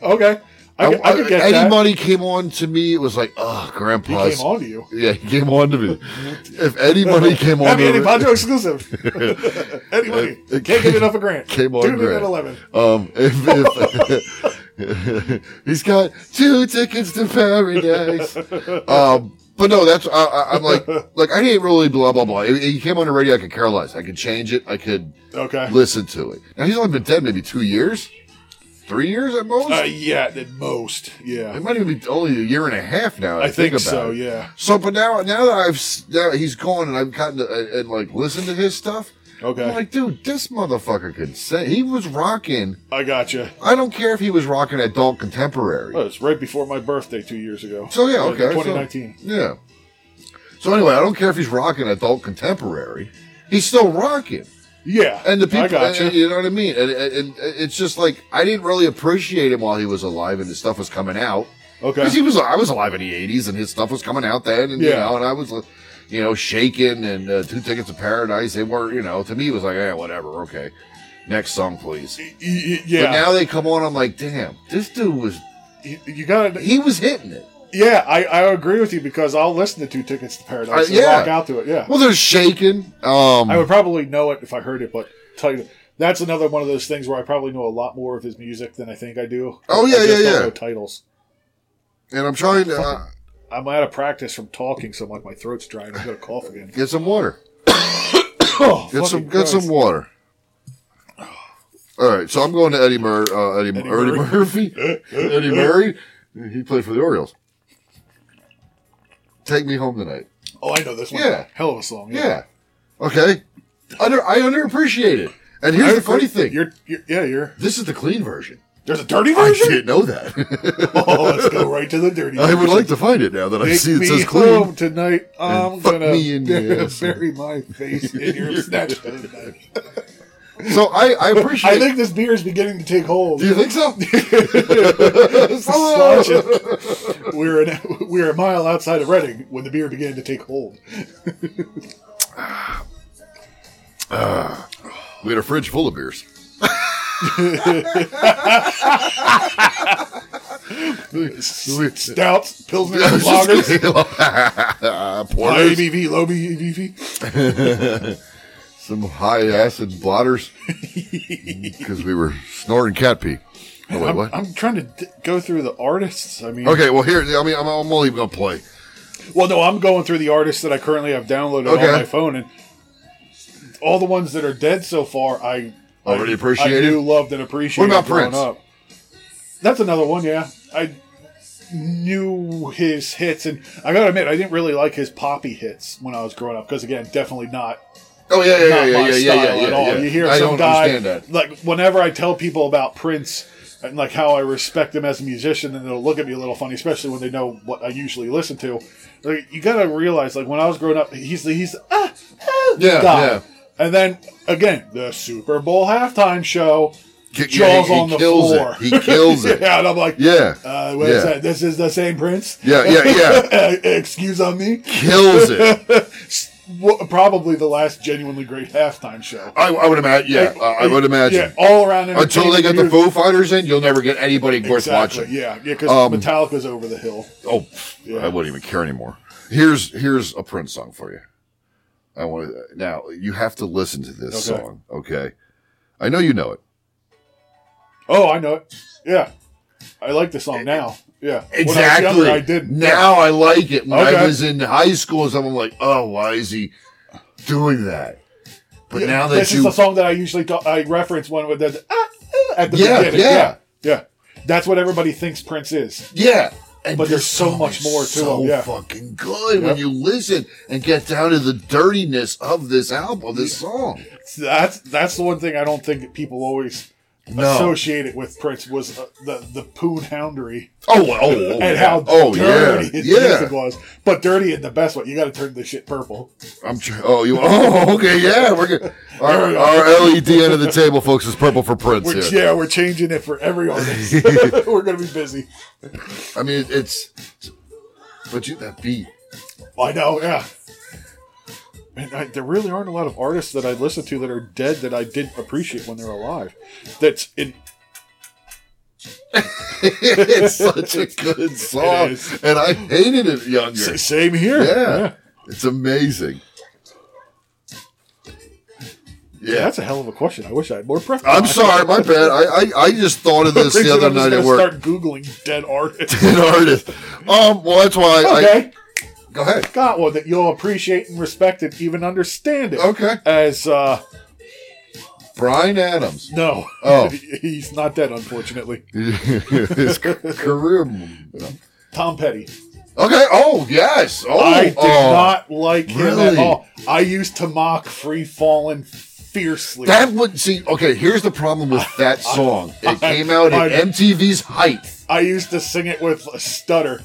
C: okay, I, I, I could get
D: Eddie
C: that.
D: Money came on to me. It was like, oh,
C: he
D: Grandpa's.
C: came on to you.
D: Yeah, he came on to me. if Eddie Money came on,
C: I mean,
D: to
C: Eddie
D: me-
C: Poncho exclusive. anyway,
D: Uh,
C: can't get enough of Grant.
D: Came on
C: Tune in
D: Grant.
C: at eleven.
D: Um, if, if he's got two tickets to paradise. Um, But no, that's I, I, I'm like like I didn't really blah blah blah. He he came on the radio. I could care less. I could change it. I could
C: Okay.
D: listen to it. Now he's only been dead maybe two years, three years at most.
C: Uh, yeah, at most. Yeah.
D: it might even be only a year and a half now. that
C: I think,
D: about
C: so,
D: it.
C: yeah.
D: So, but now, now that I've s- now that he's gone and I've gotten to, uh, and like listened to his stuff,
C: Okay.
D: I'm like, dude, this motherfucker could say he was rocking.
C: I gotcha.
D: I don't care if he was rocking adult contemporary.
C: Well, it's right before my birthday two years ago.
D: So yeah,
C: Uh,
D: okay, so-
C: 2019.
D: yeah. So anyway, I don't care if he's rocking adult contemporary. He's still rocking.
C: yeah.
D: And the people,
C: I gotcha.
D: and- you know what I mean? And, and, and it's just like, I didn't really appreciate him while he was alive and his stuff was coming out.
C: okay.
D: Because he was, I was alive in the 80s and his stuff was coming out then. And, you
C: Yeah.
D: know, and I was, like, you know, shaking and uh, Two Tickets to Paradise. They were, you know, to me, it was like, eh, whatever, okay. Next song, please.
C: Y- y-
D: But
C: yeah.
D: now they come on, I'm like, damn, this dude was,
C: Y- you gotta.
D: he was hitting it.
C: Yeah, I, I agree with you because I'll listen to Two Tickets to Paradise
D: Uh,
C: and
D: yeah.
C: rock out to it. Yeah.
D: Well, there's shaking. Um,
C: I would probably know it if I heard it, but tell you, that's another one of those things where I probably know a lot more of his music than I think I do.
D: Oh,
C: I
D: yeah,
C: just
D: yeah,
C: don't
D: yeah.
C: know titles.
D: and I'm trying to uh,
C: I'm out of practice from talking so much. My throat's dry. and I'm gonna cough again.
D: get some water.
C: Oh,
D: Get some,
C: fucking
D: get some
C: Christ.
D: water. All right, so I'm going to Eddie Mur, uh, Eddie, Eddie Murphy, Eddie Murray. He played for the Orioles. Take me home tonight.
C: Oh, I know this one.
D: Yeah.
C: hell of a song.
D: Yeah. Okay. Under, I underappreciate it. And here's the funny thing.
C: You're, you're, yeah, you're.
D: this is the clean version.
C: There's a dirty
D: I
C: version.
D: didn't know that.
C: Oh, let's go right to the dirty.
D: I would
C: version.
D: like to find it now that I
C: Take
D: see it
C: me
D: says
C: home
D: clean.
C: tonight. I'm
D: fuck
C: gonna
D: me in the ass.
C: bury my face in your snatch. tonight.
D: So I, I appreciate.
C: I think this beer is beginning to take hold.
D: Do you think so?
C: Slouch it. we were an, we were a mile outside of Reading when the beer began to take hold.
D: we had a fridge full of beers.
C: Stouts, pilsner, lagers, high
D: Porters,
C: ABV, low E ABV.
D: some high acid blotters because we were snorting cat pee. Oh, wait,
C: I'm,
D: what?
C: I'm trying to d- go through the artists. I mean,
D: okay, well here, I mean, I'm, I'm only gonna play.
C: Well, no, I'm going through the artists that I currently have downloaded
D: Okay.
C: on my phone, and all the ones that are dead so far, I
D: Already
C: I-
D: appreciated?
C: I do loved and appreciated.
D: What about
C: growing
D: Prince?
C: Up. That's another one. Yeah, I knew his hits, and I gotta admit, I didn't really like his poppy hits when I was growing up because, again, definitely not
D: Oh yeah, yeah, yeah,
C: not my
D: yeah, yeah, yeah,
C: style
D: yeah, yeah,
C: at all.
D: yeah.
C: You hear
D: I
C: some
D: don't
C: guy
D: understand that.
C: like whenever I tell people about Prince and like how I respect him as a musician, and they'll look at me a little funny, especially when they know what I usually listen to. Like, you gotta realize, like when I was growing up, he's the he's the, ah, ah,
D: Yeah,
C: guy.
D: yeah.
C: And then again, the Super Bowl halftime show,
D: Ki- yeah,
C: jaws
D: he- he
C: on the
D: kills it.
C: floor.
D: He kills it.
C: yeah, and I'm like,
D: Yeah,
C: Uh, what is
D: Yeah.
C: that? This is the same Prince.
D: yeah, yeah, yeah.
C: Excuse on me.
D: Kills it.
C: Well, probably the last genuinely great halftime show.
D: I, I would imagine. Yeah, I, I would imagine.
C: Yeah, all around.
D: Until they get the
C: entertainment
D: Foo Fighters in, you'll never get anybody
C: music.
D: worth
C: Exactly,
D: watching.
C: Yeah, yeah, because
D: Um,
C: Metallica's over the hill.
D: Oh, pff,
C: Yeah.
D: I wouldn't even care anymore. Here's here's a Prince song for you. I want to, now you have to listen to this
C: Okay.
D: song, okay? I know you know it.
C: Oh, I know it. Yeah, I like the song now. Yeah, When I was younger, I, didn't.
D: Now I like it. When I
C: Okay.
D: was in high school, so I'm like, oh, why is he doing that? But
C: Yeah,
D: now that
C: this
D: you,
C: is the song that I usually talk, I reference one with the ah, ah, at the
D: Yeah,
C: beginning.
D: yeah.
C: Yeah. yeah, That's what everybody thinks Prince is.
D: yeah, and
C: But
D: this
C: there's so
D: song
C: much
D: is
C: more to
D: so
C: it, yeah.
D: fucking good when you listen and get down to the dirtiness of this album, this song.
C: So That's that's the one thing I don't think that people always
D: No.
C: associate it with Prince was uh, the the poon houndery.
D: Oh, oh, oh,
C: and how
D: oh,
C: dirty
D: yeah,
C: his
D: yeah.
C: music was. But dirty in the best way. You got to turn this shit purple.
D: I'm. Tr- oh, you. Oh, okay. Yeah, we're good.
C: There
D: Our,
C: we
D: our LED end of the table, folks, is purple for Prince.
C: Which,
D: here.
C: yeah, we're changing it for every artist. we're gonna be busy.
D: I mean, it- it's. But you that beat.
C: I know. Yeah. And I, there really aren't a lot of artists that I listen to that are dead that I didn't appreciate when they're alive. That's in,
D: it's such a good song,
C: is.
D: and I hated it younger.
C: s- same here.
D: yeah, it's amazing.
C: Yeah,
D: Yeah,
C: That's a hell of a question. I wish I had more prep.
D: I'm sorry, my bad. I, I I just thought of this the
C: Rachel,
D: other
C: I'm just
D: night at
C: gonna
D: work.
C: Start googling dead artists.
D: An artist. Um. Well, that's why I.
C: okay.
D: Go ahead.
C: got one that you'll appreciate and respect and even understand it.
D: Okay.
C: As uh
D: Brian Adams.
C: no.
D: Oh.
C: he's not dead, unfortunately.
D: His career. no.
C: Tom Petty.
D: Okay. Oh yes. Oh,
C: I did
D: oh.
C: not like him at
D: really?
C: all. I used to mock Free Fallen fiercely.
D: That would see. Okay, here's the problem with that song. It came out at
C: I-
D: MTV's height.
C: I used to sing it with a stutter.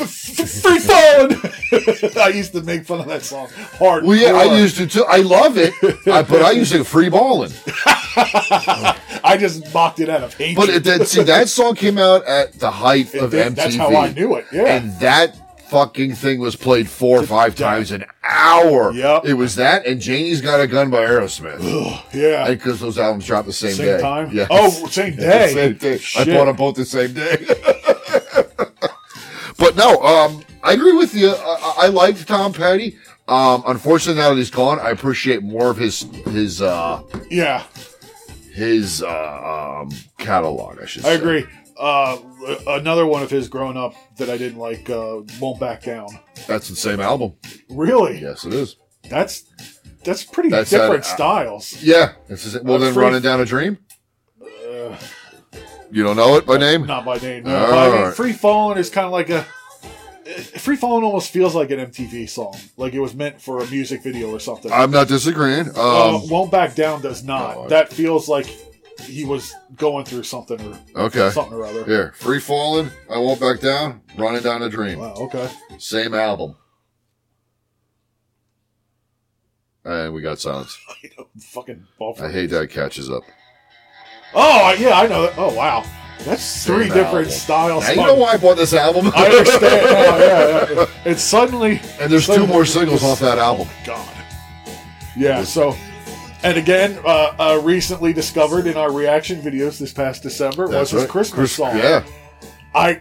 C: F- f- Free Fallen! I used to make fun of that song hard.
D: Well, yeah, I used to too. I love it, I, but I used to free balling.
C: I just mocked it out of hatred.
D: But it, that, see, that song came out at the height
C: It
D: of
C: did.
D: MTV.
C: That's how I knew it, yeah.
D: And that fucking thing was played four or five times an hour.
C: Yep.
D: It was that and Janie's Got a Gun by Aerosmith.
C: yeah.
D: Because those albums dropped the same,
C: same
D: day.
C: time?
D: Yes.
C: Oh, same day.
D: same day. I
C: Shit.
D: bought them both the same day. but no, um, I agree with you. I, I liked Tom Petty. Um, unfortunately, now that he's gone, I appreciate more of his his uh,
C: Yeah,
D: his uh, um, catalog. I should.
C: I
D: say.
C: agree. Uh, another one of his grown up that I didn't like, uh, Won't Back Down.
D: That's the same album.
C: Really?
D: Yes, it is.
C: That's that's pretty
D: That's
C: different
D: that-
C: styles.
D: Yeah, this is it. Well,
C: Uh,
D: then
C: Free-
D: running down a dream. you don't know it by name.
C: Not by name. No.
D: All
C: But I mean,
D: right.
C: Free Falling is kind of like a. eh, Free Falling almost feels like an MTV song, like it was meant for a music video or something.
D: I'm not disagreeing. Um,
C: uh, Won't Back Down does not.
D: no, I-
C: that feels like he was going through something or
D: Okay.
C: something or other.
D: Here, free falling. I won't back down. Running down a dream.
C: Wow. Okay.
D: Same album. And we got silence.
C: You know, fucking buffer.
D: I hate that it catches up.
C: Oh yeah, I know. That. Oh wow, that's
D: Same
C: three
D: album.
C: different styles.
D: Now, you know why I bought this album?
C: I understand. now, yeah, yeah. It's suddenly
D: and there's two
C: suddenly-
D: more singles off that album.
C: God. Yeah. So, and again, uh, uh, recently discovered in our reaction videos this past December was
D: That's
C: his
D: right.
C: Christmas
D: Chris-
C: song.
D: Yeah.
C: I.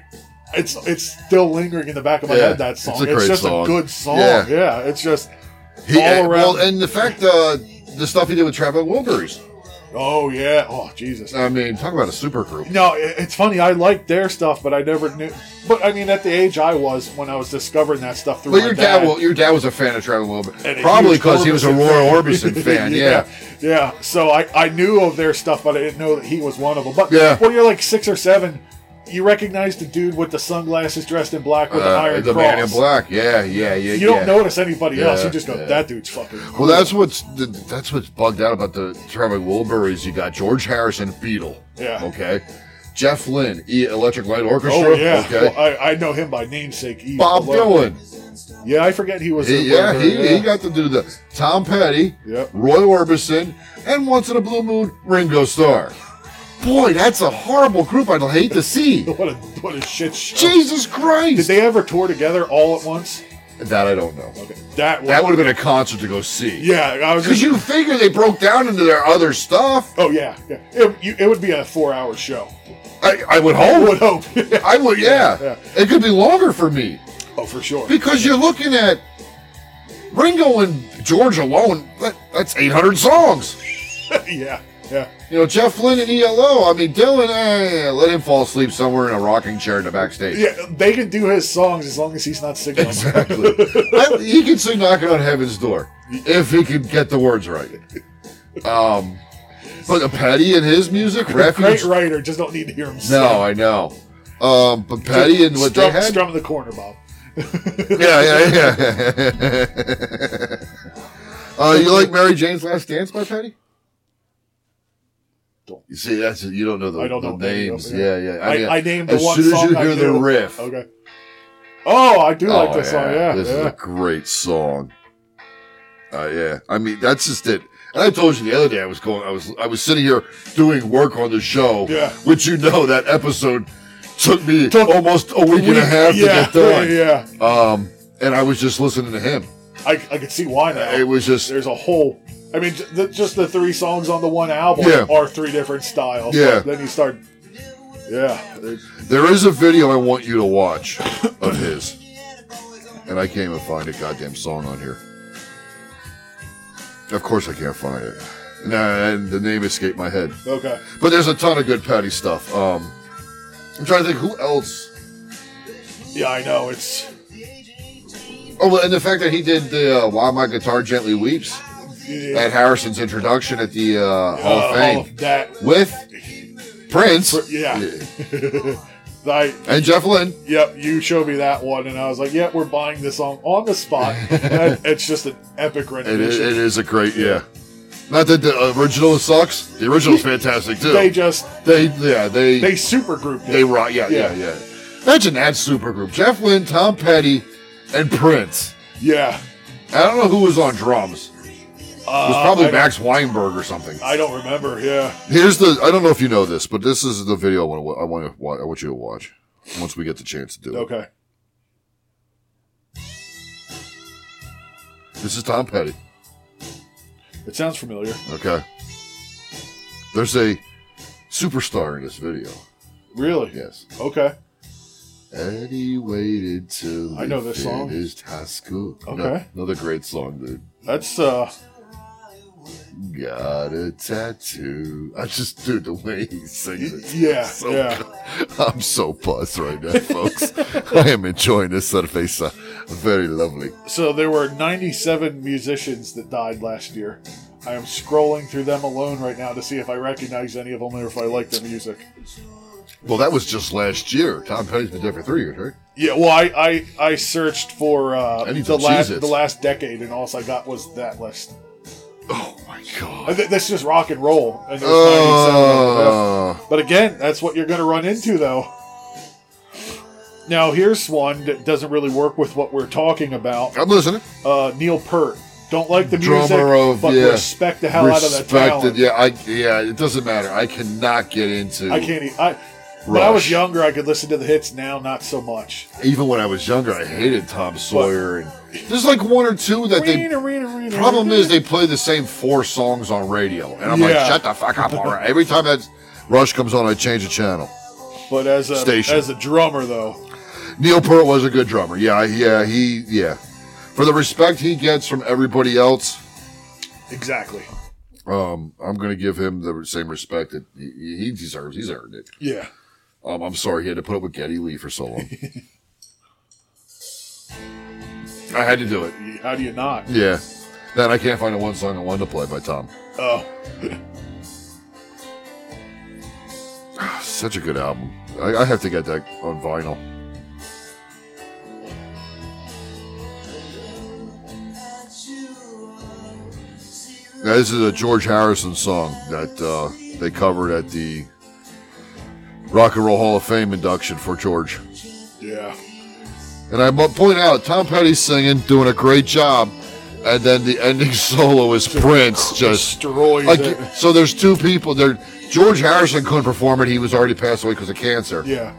C: It's it's still lingering in the back of my
D: Yeah,
C: head. That
D: it's
C: song.
D: a great
C: just
D: song.
C: a good song.
D: Yeah.
C: Yeah. It's just.
D: He,
C: All
D: and, well,
C: around.
D: and the fact uh, the stuff he did with Traveling Wilburys.
C: Oh yeah. Oh Jesus.
D: I mean, talk about a super group.
C: No, it- it's funny. I liked their stuff, but I never knew. But I mean, at the age I was when I was discovering that stuff through
D: Well,
C: my
D: your dad, wa- your dad was a fan of Traveling
C: And
D: Wilburys,
C: a
D: probably
C: huge
D: because he was a
C: Orbison
D: Roy Orbison fan. Yeah.
C: yeah, So I, I knew of their stuff, but I didn't know that he was one of them. But
D: Yeah.
C: when you're like six or seven, you recognize the dude with the sunglasses, dressed in black with
D: Uh,
C: an iron
D: the
C: cross.
D: man in black. Yeah, yeah, yeah.
C: You don't
D: yeah.
C: notice anybody else.
D: Yeah,
C: You just go,
D: yeah.
C: "That dude's fucking." cool."
D: Well, that's what's that's what's bugged out about the Trevor Wilbur is you got George Harrison Beatle,
C: Yeah.
D: okay, Jeff Lynne E- Electric Light Orchestra,
C: Oh yeah,
D: okay,
C: Well, I, I know him by namesake. He-
D: Bob Dylan,
C: Yeah, I forget he was.
D: He-
C: in
D: yeah,
C: Blur,
D: he, he got to do the Tom Petty,
C: Yep.
D: Roy Orbison, and once in a blue moon Ringo Starr. Boy, that's a horrible group. I'd hate to see.
C: what a what a shit show.
D: Jesus
C: Did
D: Christ,
C: they ever tour together all at once?
D: that I don't know.
C: Okay, that was,
D: That would have been a concert to go see.
C: yeah. I was
D: because
C: just,
D: you figure they broke down into their other stuff.
C: oh yeah, yeah. It, you, it would be a four-hour show.
D: I, I would
C: I
D: hope.
C: would hope.
D: I would, yeah.
C: Yeah,
D: It could be longer for me
C: oh, for sure.
D: because you're looking at Ringo and George alone. That, that's 800 songs.
C: yeah, yeah.
D: You know, Jeff Lynne and ELO. I mean, Dylan, eh, let him fall asleep somewhere in a rocking chair in the backstage.
C: Yeah, they can do his songs as long as he's not singing. them.
D: Exactly. I- he can sing "Knocking on Heaven's Door" if he can get the words right. Um, but Petty and his music,
C: Great
D: Refuge.
C: writer, just don't need to hear him sing.
D: No, I know. Um, but Petty and what
C: Strum-
D: they had.
C: Strum in the corner, Bob.
D: yeah, yeah, yeah. uh, you like Mary Jane's Last Dance by Patty?
C: Don't.
D: You see, that's you don't know the,
C: I don't know
D: the
C: the name,
D: names.
C: yeah.
D: Yeah, yeah.
C: I, I, named the
D: as
C: one
D: soon
C: song
D: as you
C: I
D: hear the
C: knew.
D: riff.
C: Okay. Oh, I do like this song. Yeah,
D: this is
C: yeah.
D: a great song. Uh, yeah, I mean that's just it. And I told you the other day I was going, I was, I was sitting here doing work on the show,
C: Yeah.
D: which you know that episode took me
C: Took
D: almost a week, and
C: We-
D: a half
C: yeah,
D: to get done.
C: Yeah, yeah.
D: Um, and I was just listening to him.
C: I, I could see why now.
D: It was just
C: There's a whole. I mean, j- the, just the three songs on the one album
D: Yeah.
C: are three different styles.
D: Yeah.
C: Then you start. Yeah.
D: there is a video I want you to watch of his, and I can't even find a goddamn song on here. Of course, I can't find it. Nah, and the name escaped my head.
C: Okay.
D: But there's a ton of good Patty stuff. Um, I'm trying to think who else.
C: Yeah, I know. It's.
D: Oh, well, and the fact that he did the uh, "While My Guitar Gently Weeps" at Harrison's introduction at the uh,
C: Uh,
D: Hall of
C: all
D: Fame
C: of that.
D: with Prince
C: Yeah. I,
D: and Jeff Lynne.
C: yep, you showed me that one, and I was like, "Yep, we're buying this song on the spot." And it's just an epic
D: It is,
C: rendition.
D: it is a great yeah. Not that the original sucks. The original's fantastic too.
C: They just
D: they yeah they
C: they
D: they,
C: super grouped it.
D: rock yeah yeah yeah. Imagine that supergroup: Jeff Lynne, Tom Petty, and Prince.
C: yeah.
D: I don't know who was on drums. It was probably
C: Uh, I don't-
D: Max Weinberg or something.
C: I don't remember. Yeah,
D: Here's the. I don't know if you know this, but this is the video I want. I want to. wa- I want you to watch once we get the chance to do it.
C: okay.
D: This is Tom Petty.
C: It sounds familiar.
D: Okay. There's a superstar in this video.
C: Really?
D: Yes.
C: Okay.
D: And he waited till
C: I know this song.
D: His task. No,
C: Okay.
D: another great song, dude.
C: That's uh.
D: Got a tattoo. I just dude the way he sings it.
C: Yeah,
D: It's so
C: yeah.
D: good. I'm so buzzed right now, folks. I am enjoying this cerveza. Very lovely.
C: So there were 97 musicians that died last year. I am scrolling through them alone right now to see if I recognize any of them or if I like their music.
D: Well, that was just last year. Tom Petty's been dead for three years, right?
C: Yeah, well, I I, I searched for
D: I
C: uh,
D: need
C: the
D: some
C: last
D: Cheez-Its.
C: the last decade, and all I got was that list.
D: Oh my god.
C: Uh, th- That's just rock and roll. And
D: Uh.
C: there's 97 of them.
D: Oh,
C: But again, that's what you're going to run into, though. Now, here's one that doesn't really work with what we're talking about.
D: I'm listening.
C: Uh, Neil Peart. Don't like the
D: Drummer
C: music,
D: of-
C: but
D: yeah.
C: respect the hell out of that talent.
D: Respected. Yeah, I yeah. It doesn't matter. I cannot get into.
C: I can't. e- I when I was
D: Rush.
C: younger, I could listen to the hits. Now, not so much.
D: Even when I was younger, I hated Tom Sawyer. And there's like one or two that they. Problem is, they play the same four songs on radio, and I'm like,
C: Yeah.
D: shut the fuck up! All right. Every time that Rush comes on, I change the channel.
C: But as a
D: Station.
C: as a drummer, though,
D: Neil Peart was a good drummer. Yeah, yeah, he, yeah. For the respect he gets from everybody else,
C: exactly.
D: um, I'm going to give him the same respect that he, he deserves. He's earned it.
C: Yeah.
D: Um, I'm sorry he had to put up with Getty Lee for so long. I had to do it.
C: How do you not?
D: Yeah. Then I can't find the one song I wanted to play by Tom.
C: Oh,
D: Such a good album. I, I have to get that on vinyl. Now, this is a George Harrison song that uh, they covered at the Rock and Roll Hall of Fame induction for George.
C: yeah.
D: And I mu- point out Tom Petty's singing, doing a great job, and then the ending solo is Prince just
C: Destroys it.
D: like so. There's two people. There, George Harrison couldn't perform it. He was already passed away because of cancer.
C: Yeah.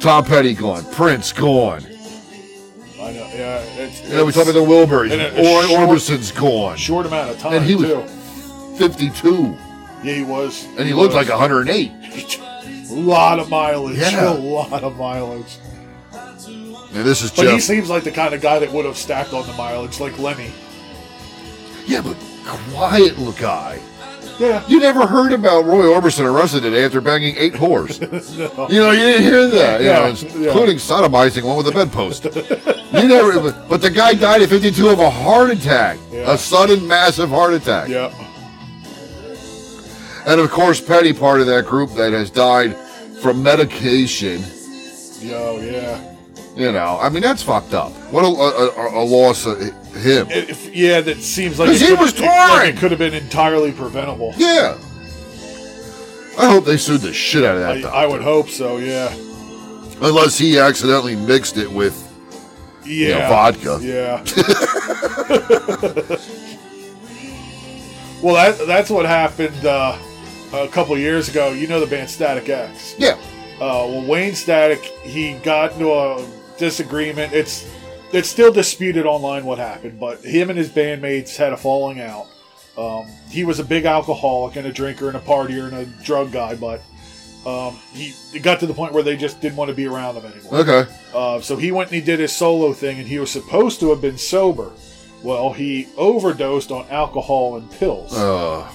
D: Tom Petty gone, Prince gone.
C: I know. Yeah. It's,
D: And then we
C: it's
D: talk about the Wilburys.
C: And a- a
D: Or
C: short-
D: Orbison's gone.
C: short amount of time
D: And he was-
C: too.
D: 52,
C: Yeah, he was.
D: and he looked
C: was.
D: like 108.
C: a lot of mileage.
D: Yeah.
C: A lot of mileage.
D: And this is
C: But he
D: Jeff.
C: seems like the kind of guy that would have stacked on the mileage, like Lemmy.
D: yeah, but quiet little guy.
C: Yeah.
D: You never heard about Roy Orbison arrested today after banging eight whores. You know, you didn't hear that. You
C: Yeah,
D: know, it's-
C: yeah.
D: including sodomizing one with a bedpost. you never, but the guy died at 52 of a heart attack,
C: Yeah.
D: a sudden massive heart attack.
C: Yeah.
D: And of course, Petty, part of that group that has died from medication.
C: Yo, yeah.
D: You know, I mean, that's fucked up. What a, a, a- a loss of him.
C: It- if- yeah, that seems like
D: 'Cause
C: it
D: he
C: could-
D: was
C: it- like It
D: touring!
C: could have been entirely preventable.
D: Yeah. I hope they sued the shit out of that.
C: I, I
D: doctor.
C: would hope so. Yeah.
D: Unless he accidentally mixed it with
C: Yeah.
D: know, vodka.
C: Yeah. well, that, that's what happened uh, a couple years ago. You know the band Static X.
D: yeah,
C: Uh, well, Wayne Static, he got into a disagreement. It's it's still disputed online what happened, but him and his bandmates had a falling out. Um, he was a big alcoholic and a drinker and a partier and a drug guy, but um, he it got to the point where they just didn't want to be around him anymore.
D: okay.
C: Uh, so he went and he did his solo thing, and he was supposed to have been sober. Well, he overdosed on alcohol and pills,
D: Uh,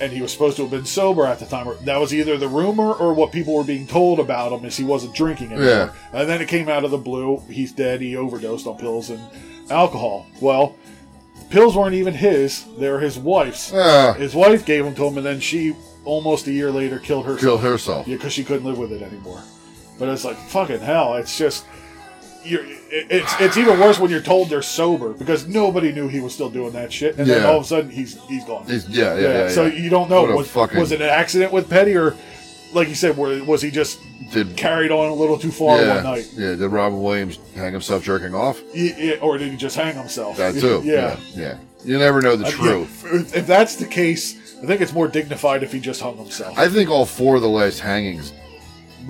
C: and he was supposed to have been sober at the time. Or- That was either the rumor or what people were being told about him, is he wasn't drinking anymore.
D: Yeah.
C: And then it came out of the blue. He's dead. He overdosed on pills and alcohol. Well, pills weren't even his; they were his wife's.
D: Ah.
C: His wife gave them to him, and then she almost a year later killed herself.
D: Killed herself.
C: Yeah, because she couldn't live with it anymore. But it's like fucking hell. It's just you're. it- It's it's even worse when you're told they're sober because nobody knew he was still doing that shit, and then
D: Yeah.
C: all of a sudden he's he's gone.
D: He's- yeah, yeah, yeah,
C: So
D: yeah.
C: you don't know
D: What a
C: was,
D: fucking-
C: was it an accident with Petty or, like you said, were, was he just
D: Did-
C: carried on a little too far
D: yeah,
C: one night,
D: yeah. Did Robin Williams hang himself jerking off?
C: Y- y- or did he just hang himself?
D: That too.
C: yeah.
D: yeah. You never know the
C: Uh,
D: truth.
C: yeah, if- If that's the case, I think it's more dignified if he just hung himself.
D: I think all four of the last hangings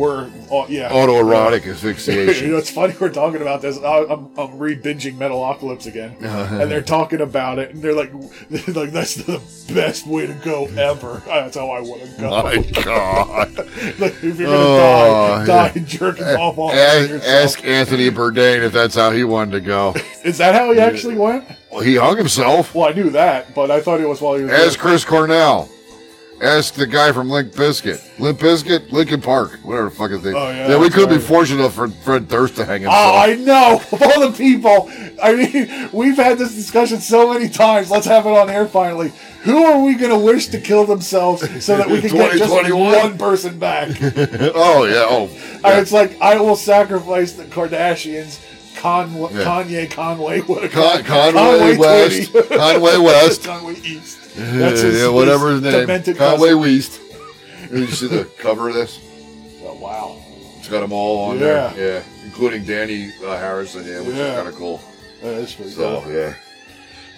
C: We're oh, yeah
D: autoerotic
C: you know,
D: asphyxiation.
C: it's funny we're talking about this. I, I'm, I'm re-binging Metalocalypse again,
D: Uh-huh.
C: and they're talking about it, and they're like, they're like that's the best way to go ever. That's how I want to go.
D: My God.
C: like, if you're gonna
D: Uh-huh. Oh,
C: die, die
D: yeah.
C: jerking off all
D: ask,
C: yourself.
D: ask Anthony Bourdain if that's how he wanted to go.
C: Is that how he actually went?
D: Well, he hung himself.
C: Well, I knew that, but I thought it was while he was.
D: Ask Chris Cornell. Ask the guy from Link Biscuit. Limp Biscuit? Lincoln Park. Whatever the fuck his name.
C: Oh, yeah,
D: we
C: that's
D: could be
C: right.
D: fortunate enough for Fred Durst to hang himself.
C: Oh, I know. Of all the people, I mean, we've had this discussion so many times. Let's have it on air finally. Who are we going to wish to kill themselves so that we can get just
D: 2021?
C: one person back?
D: oh, yeah. Oh,
C: I-
D: yeah.
C: It's like I will sacrifice the Kardashians. Con-
D: Yeah.
C: Kanye, Conway, what a
D: Con- Conway West.
C: Twitty.
D: Conway West.
C: Conway East.
D: Yeah,
C: That's his,
D: yeah, whatever his name.
C: Demented
D: Conway
C: cousin.
D: Weast. You see the cover of this?
C: Oh, wow,
D: It's got them all on
C: Yeah.
D: there. Yeah. Including Danny uh, Harrison, yeah, which
C: Yeah.
D: is kind of cool.
C: that is Uh, pretty
D: So,
C: cool.
D: yeah.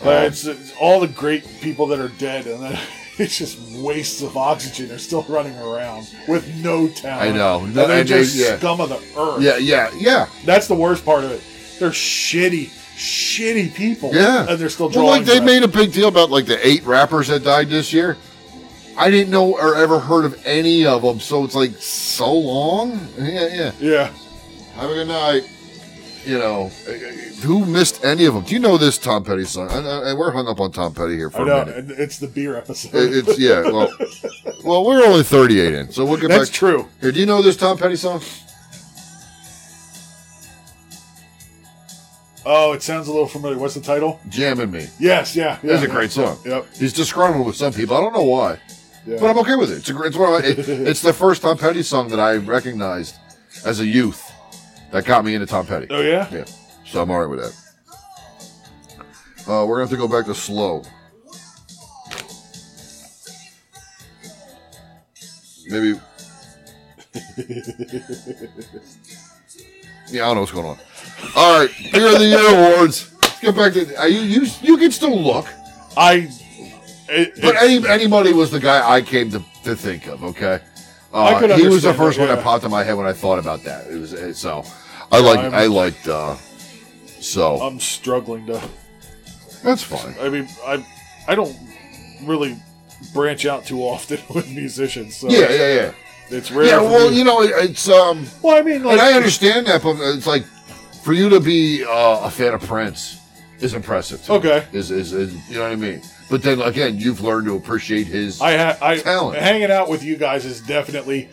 C: Uh, it's, it's all the great people that are dead, and then it's just wastes of oxygen. They're still running around with no talent.
D: I know.
C: And
D: No,
C: they're
D: and they-
C: just
D: yeah.
C: scum of the earth.
D: Yeah, yeah, yeah.
C: That's the worst part of it. They're shitty, shitty people.
D: Yeah.
C: And they're still
D: Well,
C: drawing.
D: like, they
C: breath.
D: made a big deal about, like, the eight rappers that died this year. I didn't know or ever heard of any of them, so it's like, so long? Yeah, yeah.
C: Yeah.
D: Have a good night. You know, uh, uh, who missed any of them? Do you know this Tom Petty song? And, uh, and we're hung up on Tom Petty here for
C: I
D: a
C: know.
D: minute.
C: and It's the beer episode.
D: It- it's yeah. Well, well, we're only thirty-eight in, so we'll get
C: That's
D: back.
C: true.
D: Here, do you know this Tom Petty song?
C: Oh, it sounds a little familiar. What's the title?
D: Jamming Me.
C: Yes, yeah. yeah.
D: That's a great song.
C: Yep.
D: He's disgruntled with some people. I don't know why,
C: Yeah.
D: but I'm okay with it. It's a great. It's, one of my, it- it's the first Tom Petty song that I recognized as a youth that got me into Tom Petty.
C: oh, yeah?
D: Yeah. So I'm alright with that. Uh, we're gonna have to go back to slow. Maybe. yeah, I don't know what's going on. All right, here are the year awards. Let's get back to. Are you, you you can still look,
C: I. It,
D: but
C: it-
D: any, anybody was the guy I came to, to think of. Okay, uh,
C: I could
D: he was the
C: understand
D: first
C: that,
D: one
C: yeah.
D: that popped in my head when I thought about that. It was it, so. I like
C: I'm- Uh,
D: I liked. Uh, so
C: I'm struggling to.
D: that's fine.
C: I mean, I I don't really branch out too often with musicians, so
D: Yeah, yeah, yeah.
C: it's rare.
D: Yeah,
C: for
D: well,
C: me-
D: you know, it, it's um,
C: well, I mean, like,
D: and I understand that, but it's like for you to be uh, a fan of Prince is impressive. to me.
C: Okay.
D: is, is is you know what I mean? But then again, you've learned to appreciate his.
C: I, ha- I
D: Talent.
C: hanging out with you guys is definitely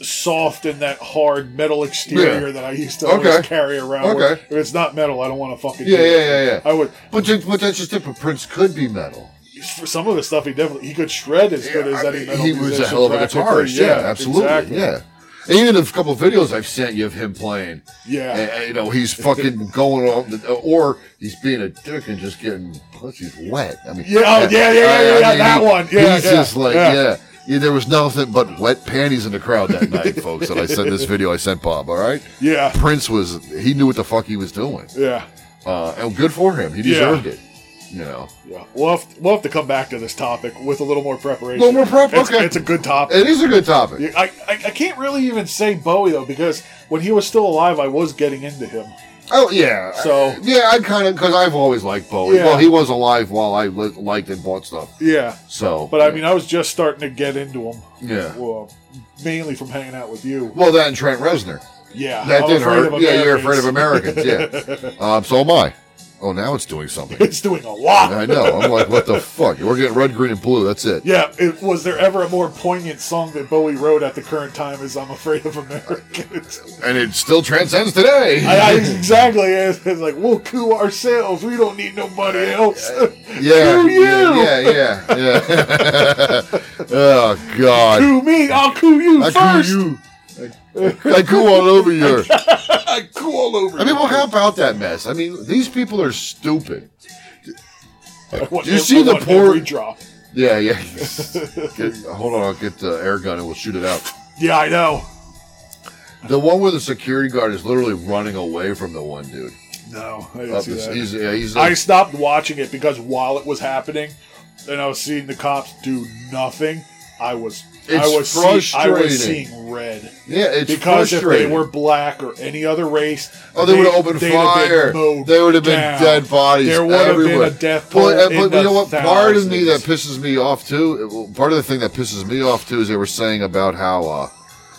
C: soft in that hard metal exterior
D: Yeah.
C: that I used to
D: Okay.
C: always carry around. with-
D: Okay,
C: If it's not metal, I don't want to fucking.
D: Yeah,
C: do it.
D: yeah, yeah, yeah.
C: I would.
D: but ju- but that's just it. But Prince could be metal.
C: For some of his stuff, he definitely he could shred as good as
D: I
C: any
D: mean,
C: metal.
D: he was a
C: musician
D: hell of a
C: practically.
D: guitarist. Yeah, absolutely.
C: exactly.
D: Yeah. And Even a couple of videos I've sent you of him playing,
C: Yeah.
D: and, and, you know he's fucking going on, the, or he's being a dick and just getting pussy's wet. I mean,
C: Yeah, oh, yeah, yeah, yeah, yeah, yeah, that one. Yeah,
D: he's
C: yeah,
D: just like,
C: yeah.
D: yeah. Yeah, there was nothing but wet panties in the crowd that night, folks. And I sent this video I sent Bob. All right,
C: Yeah.
D: Prince was he knew what the fuck he was doing,
C: Yeah.
D: uh, and good for him. He
C: Yeah.
D: deserved it. You know,
C: Yeah, we'll have, we'll have to come back to this topic with a little more preparation.
D: Little more prep,
C: It's,
D: okay.
C: it's a good topic.
D: it is a good topic.
C: I, I, I can't really even say Bowie though because when he was still alive, I was getting into him.
D: Oh yeah.
C: So-
D: yeah, I kind of because I've always liked Bowie.
C: Yeah.
D: Well, he was alive while I li- liked and bought stuff.
C: Yeah,
D: So,
C: but I mean, I was just starting to get into him.
D: Yeah.
C: well, mainly from hanging out with you.
D: well, that and Trent Reznor.
C: Yeah,
D: That
C: I'm
D: did
C: afraid
D: hurt.
C: of
D: Yeah, you're afraid of
C: Americans.
D: Americans. Yeah. um, so am I. Oh, now it's doing something.
C: It's doing a lot.
D: I know. I'm like, what the fuck? We're getting red, green, and blue. That's it.
C: Yeah, it, was there ever a more poignant song that Bowie wrote at the current time is I'm Afraid of Americans?
D: And it still transcends today.
C: I, I, exactly. It's, it's like, we'll coup ourselves. We don't need nobody else.
D: yeah,
C: Screw you.
D: yeah, yeah, yeah, yeah. oh God,
C: coup me. I'll coup you
D: I
C: first.
D: coo you, I, I coo all over you.
C: I coup all over
D: I mean,
C: you.
D: well, how about that mess? I mean, these people are stupid.
C: I want
D: you
C: ev-
D: see
C: I
D: the
C: want
D: poor-
C: every drop.
D: Yeah, yeah. Get- hold on, I'll get the air gun and we'll shoot it out.
C: Yeah, I know.
D: The one where the security guard is literally running away from the one dude.
C: No, I
D: Up
C: didn't see
D: this-
C: that.
D: he's, yeah, he's
C: I
D: like,
C: stopped watching it because while it was happening, and I was seeing the cops do nothing. I was, I
D: It's
C: was, see- I was
D: frustrating.
C: seeing red
D: yeah, it's
C: because if they
D: frustrating.
C: were black or any other race,
D: Oh, they, would have opened
C: they'd have been
D: fire.
C: mowed
D: they would have been
C: down.
D: dead bodies.
C: There would have
D: everywhere. uh,
C: been a death toll.
D: But,
C: in
D: but you know what?
C: the
D: Part of me that
C: thousands.
D: pisses me off too. it- well, Part of the thing that pisses me off too is they were saying about how uh,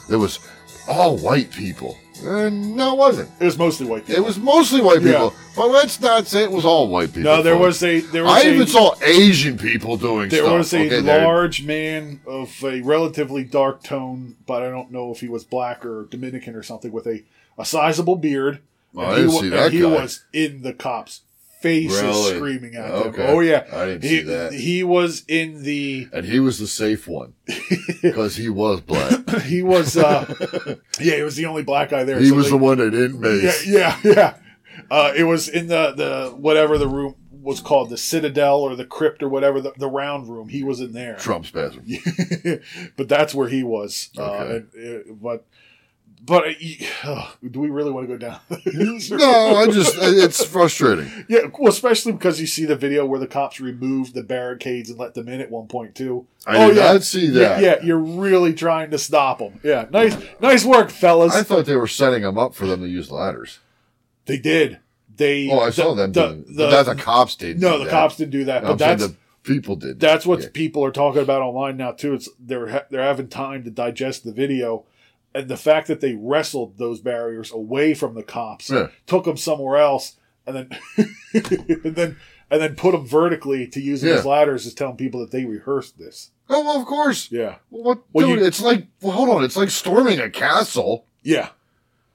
D: it was all white people. And no, it wasn't.
C: it was mostly white people.
D: It was mostly white
C: Yeah.
D: people. But let's not say it was all white people.
C: No, there
D: folks.
C: was a there was
D: I
C: a,
D: even saw Asian people doing
C: There
D: stuff.
C: was a
D: okay, they're-
C: large man of a relatively dark tone, but I don't know if he was black or Dominican or something, with a, a sizable beard.
D: Well,
C: And
D: I
C: he
D: didn't
C: wa-
D: see
C: and
D: that
C: he
D: guy.
C: was in the cops' faces
D: Really?
C: screaming at
D: Okay.
C: them. Oh, yeah.
D: I didn't
C: he,
D: see that.
C: He was in the.
D: and he was the safe one because he was black.
C: He was. Uh, yeah, he was the only black guy there.
D: He
C: so
D: was
C: they-
D: the one that didn't make.
C: Yeah, yeah, yeah. Uh, it was in the, the whatever the room was called, the Citadel or the Crypt or whatever, the, the round room. He was in there.
D: Trump's bathroom.
C: but that's where he was.
D: Okay.
C: Uh, and, uh, but but uh, you- ugh, do we really want to go down? this road?
D: No, I just it's frustrating.
C: yeah, well, especially because you see the video where the cops removed the barricades and let them in at one point too. Oh,
D: I did not see that.
C: Yeah, yeah, you're really trying to stop them. Yeah, nice, nice work, fellas.
D: I thought they were setting them up for them to use ladders.
C: they did. They.
D: Oh, I saw
C: the-
D: them.
C: The,
D: doing,
C: the-
D: but that the cops did.
C: no, the cops didn't do that.
D: I'm
C: but
D: saying
C: that's
D: the people did.
C: that's what
D: Yeah.
C: people are talking about online now too. It's they're ha- they're having time to digest the video, and the fact that they wrestled those barriers away from the cops,
D: Yeah.
C: took them somewhere else, and then and then and then put them vertically to use them as
D: Yeah.
C: ladders is telling people that they rehearsed this.
D: Oh, well, of course.
C: Yeah,
D: What,
C: Well,
D: dude?
C: you-
D: it's like, well, hold on. It's like storming a castle.
C: yeah.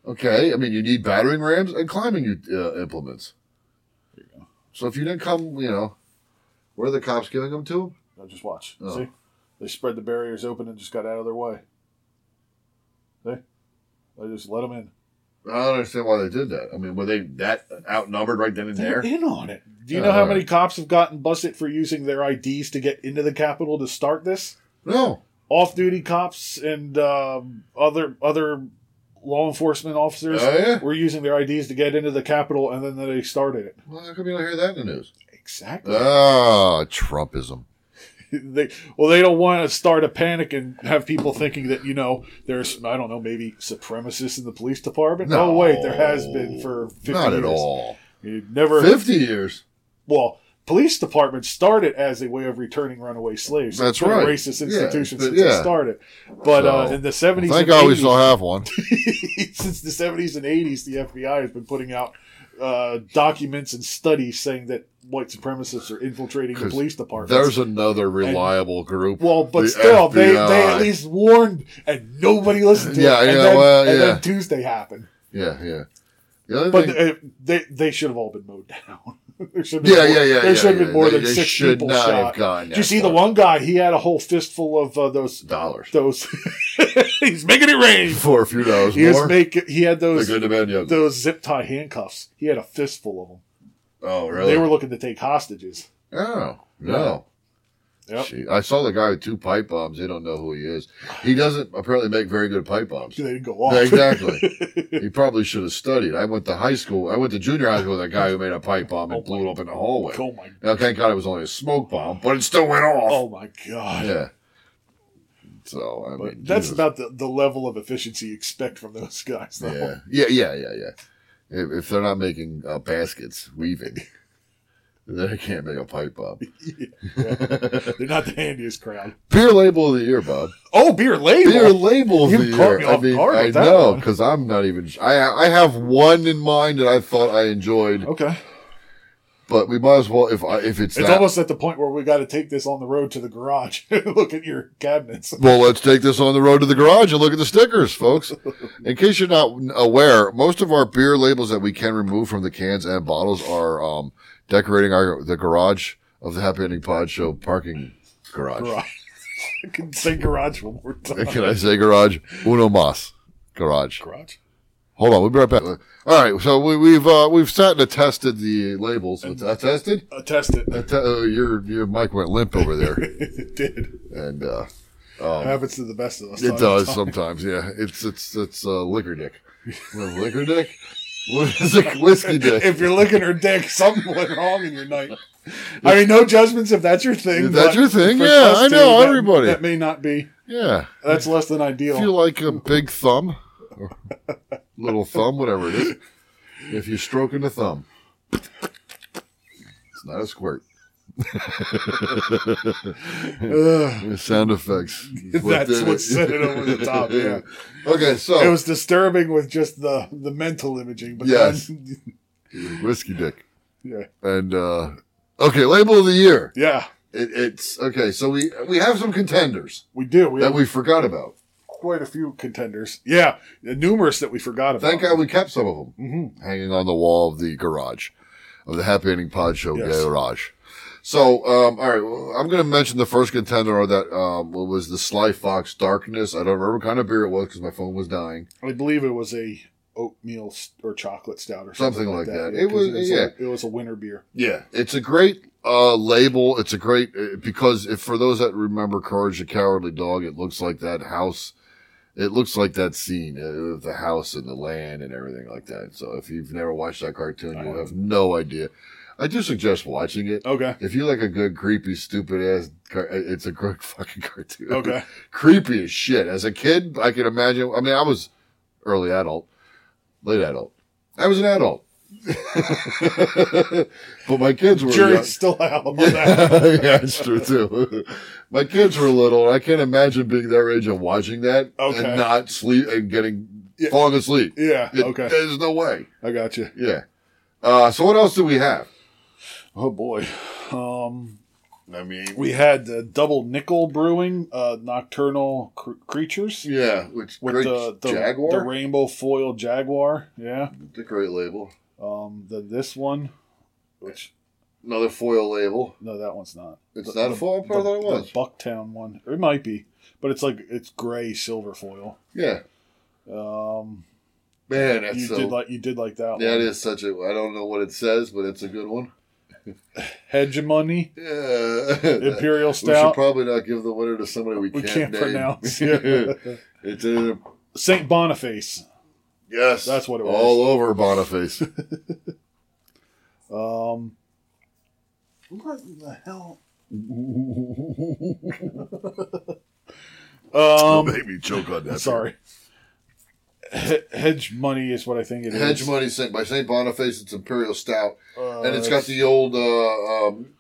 D: Okay, I mean, you need battering rams and climbing uh, implements. So if you didn't come, you know, where are the cops giving them to?
C: Now just watch.
D: Oh.
C: See, they spread the barriers open and just got out of their way. See, they just let them in.
D: I don't understand why they did that. I mean, were they that outnumbered right then and
C: They're
D: there?
C: in on it. Do you
D: Oh,
C: know how
D: all
C: many
D: right.
C: cops have gotten busted for using their IDs to get into the Capitol to start this?
D: No.
C: Off-duty cops and um, other other law enforcement officers
D: Oh, yeah?
C: were using their IDs to get into the Capitol, and then they started it.
D: Well, how come you don't hear that in the news?
C: Exactly.
D: Ah, Trumpism.
C: they, well, they don't want to start a panic and have people thinking that you know there's I don't know maybe supremacists in the police department. No, wait, there has been for 50
D: Not
C: years.
D: at all.
C: You never
D: 50 years.
C: well, police departments started as a way of returning runaway slaves.
D: That's
C: It's been
D: right.
C: A racist
D: Yeah,
C: institution
D: but
C: since
D: yeah.
C: it started. But uh,
D: So,
C: in the seventies,
D: I think
C: and
D: I always
C: 80s,
D: still have one.
C: since the seventies and eighties, the FBI has been putting out uh, documents and studies saying that white supremacists are infiltrating the
D: 'Cause
C: police departments.
D: There's another reliable group.
C: well, but
D: the
C: still, they, they
D: FBI.
C: at least warned, and nobody listened to
D: Yeah,
C: it. And,
D: yeah,
C: then,
D: well,
C: and
D: yeah.
C: then Tuesday happened.
D: Yeah, yeah. The other
C: But
D: thing-
C: uh, they they should have all been mowed down. there should have been
D: yeah,
C: more-
D: yeah, yeah.
C: There
D: yeah,
C: should have
D: yeah.
C: been more
D: They-
C: than
D: they
C: six
D: should
C: people
D: not have
C: shot.
D: gotten
C: Did you
D: that
C: see the
D: far.
C: one guy? He had a whole fistful of uh, those
D: Dollars.
C: those. he's making it rain.
D: For a few dollars
C: He was
D: more.
C: making. He had
D: The
C: those
D: good, the bad, the ugly.
C: those zip tie handcuffs. He had a fistful of them.
D: Oh, really?
C: They were looking to take hostages.
D: Oh, no.
C: Yep.
D: Gee, I saw the guy with two pipe bombs. They don't know who he is. He doesn't apparently make very good pipe bombs.
C: They didn't go
D: Yeah,
C: off.
D: exactly. he probably should have studied. I went to high school. I went to junior high school with a guy who made a pipe bomb and blew it up in the hallway.
C: oh my.
D: Now, thank God it was only a smoke bomb, but it still went off.
C: Oh my god.
D: Yeah. So I mean,
C: That's
D: Jesus.
C: about the, the level of efficiency you expect from those guys. Though.
D: yeah, yeah, yeah, yeah, yeah. If, if they're not making uh, baskets weaving, then they can't make a pipe bomb.
C: They're not the handiest crowd.
D: Beer label of the year, Bob.
C: Oh, beer label.
D: Beer label of
C: You
D: the
C: caught
D: year.
C: me
D: I
C: off
D: mean,
C: guard
D: I
C: with that
D: know
C: one.
D: because I'm not even. I I have one in mind that I thought I enjoyed.
C: Okay.
D: But we might as well if I if it's,
C: It's
D: that-
C: almost at the point where we got to take this on the road to the garage. Look at your cabinets.
D: Well, let's take this on the road to the garage and look at the stickers, folks. In case you're not aware, most of our beer labels that we can remove from the cans and bottles are um, decorating our the garage of the Happy Ending Pod Show parking garage.
C: Garage. I can say garage one more time.
D: Can I say garage? Uno mas. Garage.
C: Garage.
D: Hold on, we'll be right back. All right, so we, we've uh, we've sat and attested the labels. Attested?
C: Uh, test it.
D: Att- uh, your your mic went limp over there,
C: it did.
D: and uh,
C: happens to the best of us.
D: It
C: Time-
D: does
C: time.
D: sometimes, yeah. It's it's it's uh, liquor dick. What, liquor dick? What is a whiskey dick?
C: If you're licking her dick, something went wrong in your night. I mean, no judgments if that's your thing.
D: If that's
C: but
D: your thing,
C: for
D: yeah,
C: us
D: I know,
C: that-
D: everybody.
C: That may not be.
D: Yeah.
C: That's less than
D: If you
C: ideal.
D: like a big thumb, or little thumb, whatever it is, if you're stroking the thumb, it's not a squirt. Sound effects.
C: That's
D: did
C: what
D: it.
C: set it over the top. Yeah.
D: Okay, so
C: It was disturbing with just the, the mental imaging, but
D: Yes.
C: then,
D: whiskey dick,
C: yeah,
D: and uh, okay, label of the year.
C: yeah,
D: It, it's okay. So we we have some contenders
C: we do. We
D: that
C: have
D: we forgot about.
C: quite a few contenders. Yeah, numerous that we forgot about.
D: Thank God we kept some of them hanging on the wall of the garage of the Happy Ending Pod Show
C: Yes.
D: garage. So, um, all right, well, I'm going to mention the first contender on that um, was the Sly Fox Darkness. I don't remember what kind of beer it was because my phone was dying.
C: I believe it was a oatmeal s- or chocolate stout or
D: Something
C: something, like
D: like
C: that.
D: that.
C: Yeah,
D: It
C: 'cause
D: was-
C: a-
D: yeah.
C: it was a winter beer.
D: Yeah, it's a great uh, label. It's a great uh, because if, for those that remember Courage the Cowardly Dog, it looks like that house. It looks like that scene uh, of the house and the land and everything like that. So if you've never watched that cartoon, you'll have no idea. I do suggest watching it.
C: Okay.
D: If you like a good creepy stupid ass, car- uh, it's a great fucking cartoon.
C: Okay.
D: creepy as shit. As a kid, I can imagine. I mean, I was early adult, late adult. I was an adult, but my kids were young.
C: Jury's still out on that.
D: yeah, it's true too. My kids were little, and I can't imagine being their age and watching that
C: Okay.
D: and not sleep and getting
C: Yeah.
D: falling asleep.
C: Yeah,
D: It-
C: okay.
D: there's no way.
C: I got you.
D: Yeah. Uh, so what else do we have?
C: Oh boy. Um,
D: I mean,
C: we had the double nickel brewing, uh, nocturnal cr- creatures
D: yeah, which
C: with
D: great
C: the, the
D: Jaguar,
C: the rainbow foil jaguar. Yeah.
D: the great label,
C: Um, the this one, which
D: another foil label.
C: no, that one's not.
D: It's not a foil. I thought it was.
C: The Bucktown one. It might be, but it's like it's gray silver foil.
D: Yeah.
C: Um,
D: Man, that's
C: you
D: so,
C: did like you did like that
D: that
C: one.
D: is such a. I don't know what it says, but it's a good one.
C: Hegemony
D: Yeah.
C: Imperial
D: we should
C: Stout.
D: probably not give the winner to somebody we,
C: We
D: can't,
C: can't
D: name.
C: pronounce.
D: it's in a,
C: Saint Boniface.
D: yes,
C: That's what it was.
D: All over Boniface.
C: Um, what the hell? um,
D: Made me choke on that.
C: sorry. He- hedge money is what I think it is.
D: Hedge money sent by Saint Boniface. It's Imperial Stout,
C: Uh,
D: and it's got the old. Uh, um,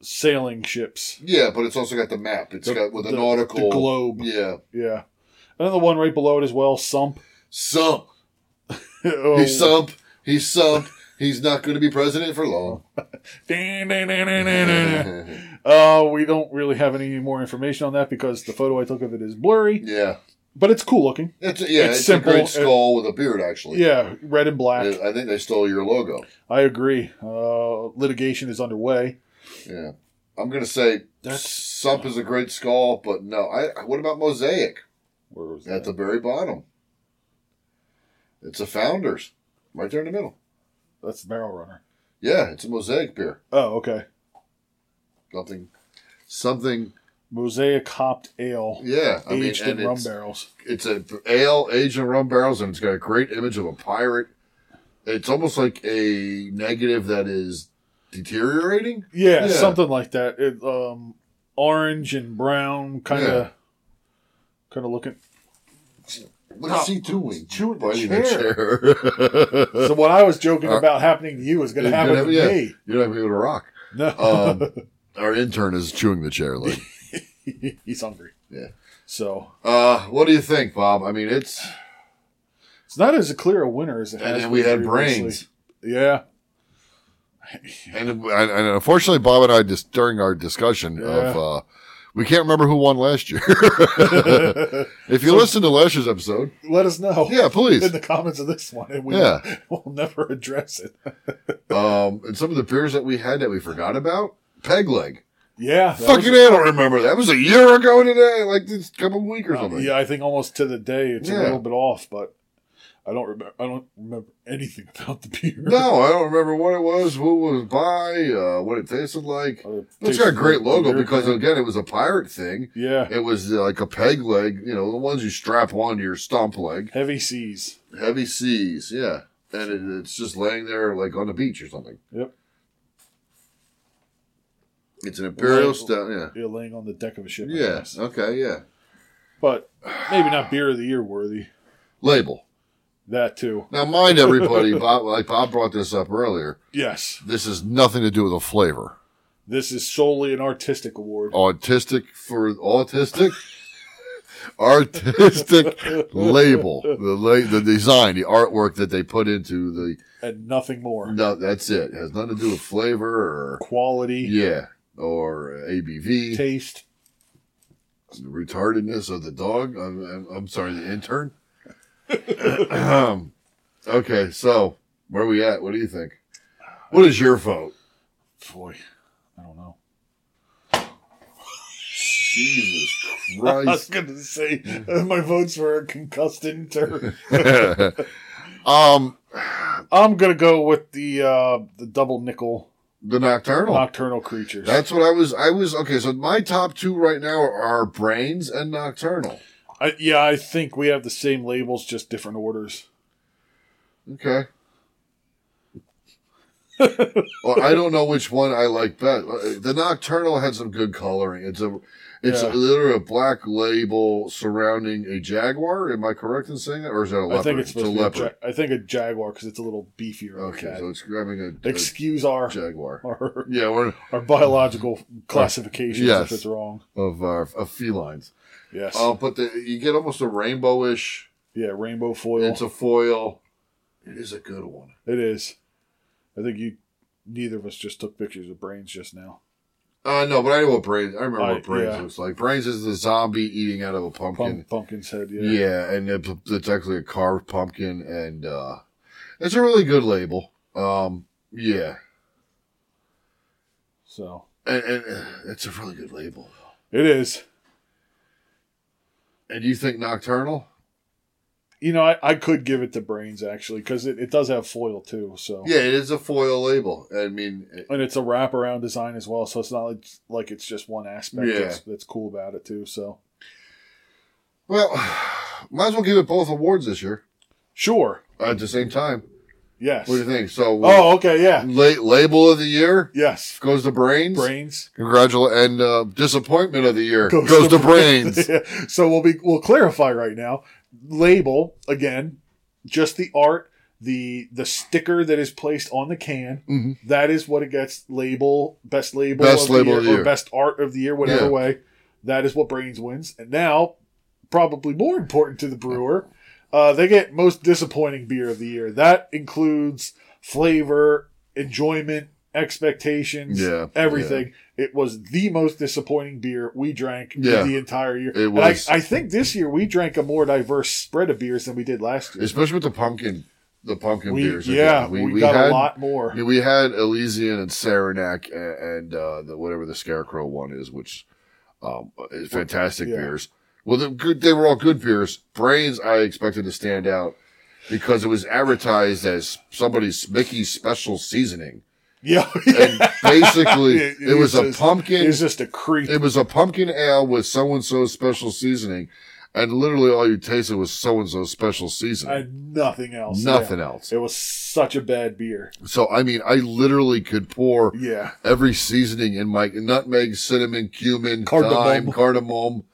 C: sailing ships.
D: yeah, but it's also got the map. It's
C: The-
D: got with a
C: the-
D: nautical
C: the globe.
D: Yeah,
C: Yeah, and then the one right below it as well. Sump.
D: sump.
C: oh.
D: He's sump. He's sump. He's not going to be president for long.
C: Uh, we don't really have any more information on that because the photo I took of it is blurry,
D: Yeah,
C: but it's cool looking.
D: it's yeah,
C: It's
D: it's,
C: simple.
D: a great skull with a beard. Actually,
C: Yeah, red and black.
D: I think they stole your logo.
C: I agree. Uh, litigation is underway.
D: Yeah. I'm gonna say
C: That's-
D: Sump is a great skull, but no. I what about Mosaic
C: Where was that?
D: at the very bottom? It's a Founders, right there in the middle.
C: That's the barrel runner.
D: Yeah, it's a Mosaic beer.
C: Oh, okay.
D: Something, something.
C: Mosaic hopped ale,
D: Yeah, I
C: aged
D: mean, and
C: in rum
D: it's,
C: barrels.
D: it's a ale aged in rum barrels, and it's got a great image of a pirate. It's almost like a negative that is deteriorating.
C: Yeah,
D: Yeah.
C: something like that. It, um, orange and brown, kind of,
D: Yeah.
C: kind of looking.
D: What's he doing?
C: chewing the
D: Biting the chair.
C: So what I was joking about happening to you is going to happen to
D: yeah,
C: me.
D: You're not Uh, gonna be able to rock.
C: No,
D: Um, our intern is chewing the chair leg.
C: he's hungry.
D: Yeah.
C: So
D: Uh, what do you think, Bob? I mean, it's
C: It's not as clear a winner as it has.
D: and then we
C: been
D: had
C: previously.
D: brains.
C: Yeah.
D: And, and and unfortunately, Bob and I just during our discussion of uh, we can't remember who won last year. if you listen to last year's episode,
C: Let us know.
D: Yeah, please.
C: In the comments of this one, and we
D: Yeah.
C: will, we'll never address it.
D: um, and some of the beers that we had that we forgot about, Peg Leg.
C: Yeah, that
D: Fucking, I don't remember that. It was a year ago today, like this couple week or
C: was-
D: something.
C: Um, yeah. I think almost to the day, it's
D: Yeah.
C: a little bit off, but I don't remember. I don't remember anything about the beer.
D: No, I don't remember what it was, who it was by, uh, what it tasted like.
C: Uh,
D: It's got a great logo
C: beer
D: because
C: can.
D: again, it was a pirate thing.
C: yeah,
D: It was uh, like a peg leg, you know, the ones you strap onto your stump leg.
C: heavy seas.
D: Heavy seas, yeah. And it, it's just laying there like on the beach or something.
C: Yep.
D: It's an imperial
C: Like-
D: stout, yeah.
C: Yeah, laying on the deck of a ship. I
D: Yeah,
C: guess.
D: okay, yeah.
C: but maybe not beer of the year worthy.
D: Label.
C: That too.
D: Now, mind everybody, Bob, like Bob brought this up earlier.
C: Yes,
D: This has nothing to do with the flavor.
C: this is solely an artistic
D: Oh.
C: award.
D: autistic for autistic artistic label the la- the design the artwork that they put into the
C: and nothing more.
D: no that's it, it has nothing to do with flavor or
C: Quality,
D: yeah or abv
C: taste.
D: retardedness of the dog i'm, I'm, I'm sorry the intern Um, okay so where are we at what do you think what is your vote
C: Boy, I don't know.
D: jesus
C: I was
D: christ
C: gonna say uh, my votes for a concussed intern.
D: um
C: I'm gonna go with the uh, the double nickel
D: the nocturnal
C: nocturnal creatures.
D: That's what I was. I was okay. So my top two right now are brains and nocturnal.
C: I, yeah, I think we have the same labels, just different orders.
D: Okay. well, I don't know which one I like best. Uh, The nocturnal had some good coloring. It's a, it's
C: Yeah.
D: a, literally a black label surrounding a jaguar. Am I correct in saying that, or is that a leopard?
C: I think it's
D: a
C: supposed to be a
D: leopard.
C: ja- I think a jaguar because it's a little beefier. of a
D: okay,
C: cat.
D: so it's grabbing a, a
C: Excuse our
D: jaguar.
C: our,
D: Yeah, we're
C: our biological classifications
D: Yes.
C: if it's wrong.
D: of uh, of felines.
C: Yes.
D: Uh, but the, you get almost a rainbowish.
C: yeah, rainbow foil.
D: It's a foil. It is a good one.
C: it is. I think you. Neither of us just took pictures of brains just now.
D: Uh, no, but I know what brains. I remember
C: I-
D: what brains
C: yeah.
D: looks like. Brains is the zombie eating out of a
C: Pump,
D: pumpkin.
C: pumpkin's head. Yeah.
D: yeah. and it, it's actually a carved pumpkin, and uh, it's a really good label. Um, yeah,
C: So
D: and, and uh, it's a really good label.
C: it is.
D: And you think nocturnal?
C: You know, I, I could give it to brains actually because it, it does have foil too. So
D: Yeah, it is a foil label. I mean, it-
C: and it's a wraparound design as well, so it's not like, like it's just one aspect
D: Yeah.
C: that's, that's cool about it too. So
D: well, might as well give it both awards this year
C: sure,
D: at the same time.
C: yes.
D: What do you think? So,
C: Oh, okay, yeah,
D: la- label of the year
C: yes.
D: goes to brains.
C: Brains.
D: Congratulations, and uh, disappointment of the year
C: Goes
D: goes,
C: to
D: to brains.
C: so we'll be we'll clarify right now. Label again, just the art, the the sticker that is placed on the can.
D: Mm-hmm.
C: that is what it gets. Label best label
D: Best
C: of the
D: label
C: year,
D: of the
C: or
D: year.
C: best art of the year, whatever
D: Yeah.
C: way. That is what brains wins. And now, probably more important to the brewer, uh, they get most disappointing beer of the year. That includes flavor, enjoyment, expectations,
D: Yeah,
C: everything. It was the most disappointing beer we drank
D: Yeah.
C: the entire year.
D: It
C: And I-
D: was.
C: I, think this year we drank a more diverse spread of beers than we did last year.
D: especially with the pumpkin, the pumpkin
C: We,
D: beers.
C: yeah,
D: again.
C: we, got
D: had,
C: a lot more.
D: We had Elysian and Saranac and, and uh, the, whatever the Scarecrow one is, which um, is fantastic
C: Yeah.
D: beers. Well, the good, they were all good beers. Brains, I expected to stand out because it was advertised as somebody's Mickey's special seasoning.
C: Yeah.
D: And basically,
C: It-
D: it,
C: it
D: was,
C: was-
D: a pumpkin.
C: It's just a creep.
D: It was a pumpkin ale with so and so's special seasoning, and literally all you tasted was so and so's special seasoning,
C: and nothing else.
D: nothing
C: Yeah.
D: else.
C: It was such a bad beer.
D: So I mean, I literally could pour
C: Yeah.
D: every seasoning in my nutmeg, cinnamon, cumin,
C: Cardamom.
D: thyme, cardamom.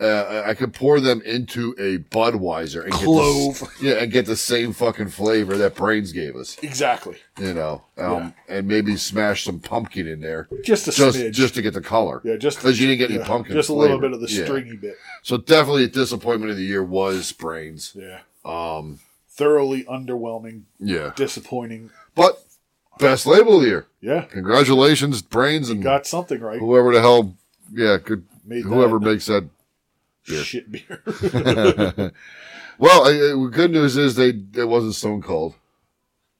D: Uh, I could pour them into a Budweiser and
C: Clove.
D: Get the, s- yeah, and get the same fucking flavor that Brains gave us,
C: Exactly.
D: you know, um, and maybe smash some pumpkin in there
C: Just a
D: just
C: smidge.
D: just to get the color.
C: yeah, just
D: because you didn't get any
C: yeah,
D: pumpkin.
C: Just a little
D: flavor.
C: bit of the
D: Yeah.
C: stringy bit.
D: So definitely a disappointment of the year was Brains.
C: Yeah.
D: Um,
C: Thoroughly underwhelming,
D: yeah,
C: disappointing.
D: but Best label of the year.
C: Yeah,
D: Congratulations, brains and
C: got something right.
D: whoever the hell. Yeah, good.
C: Made
D: whoever
C: that.
D: makes that.
C: Shit beer.
D: Well, I, I, good news is they it wasn't Stone Cold.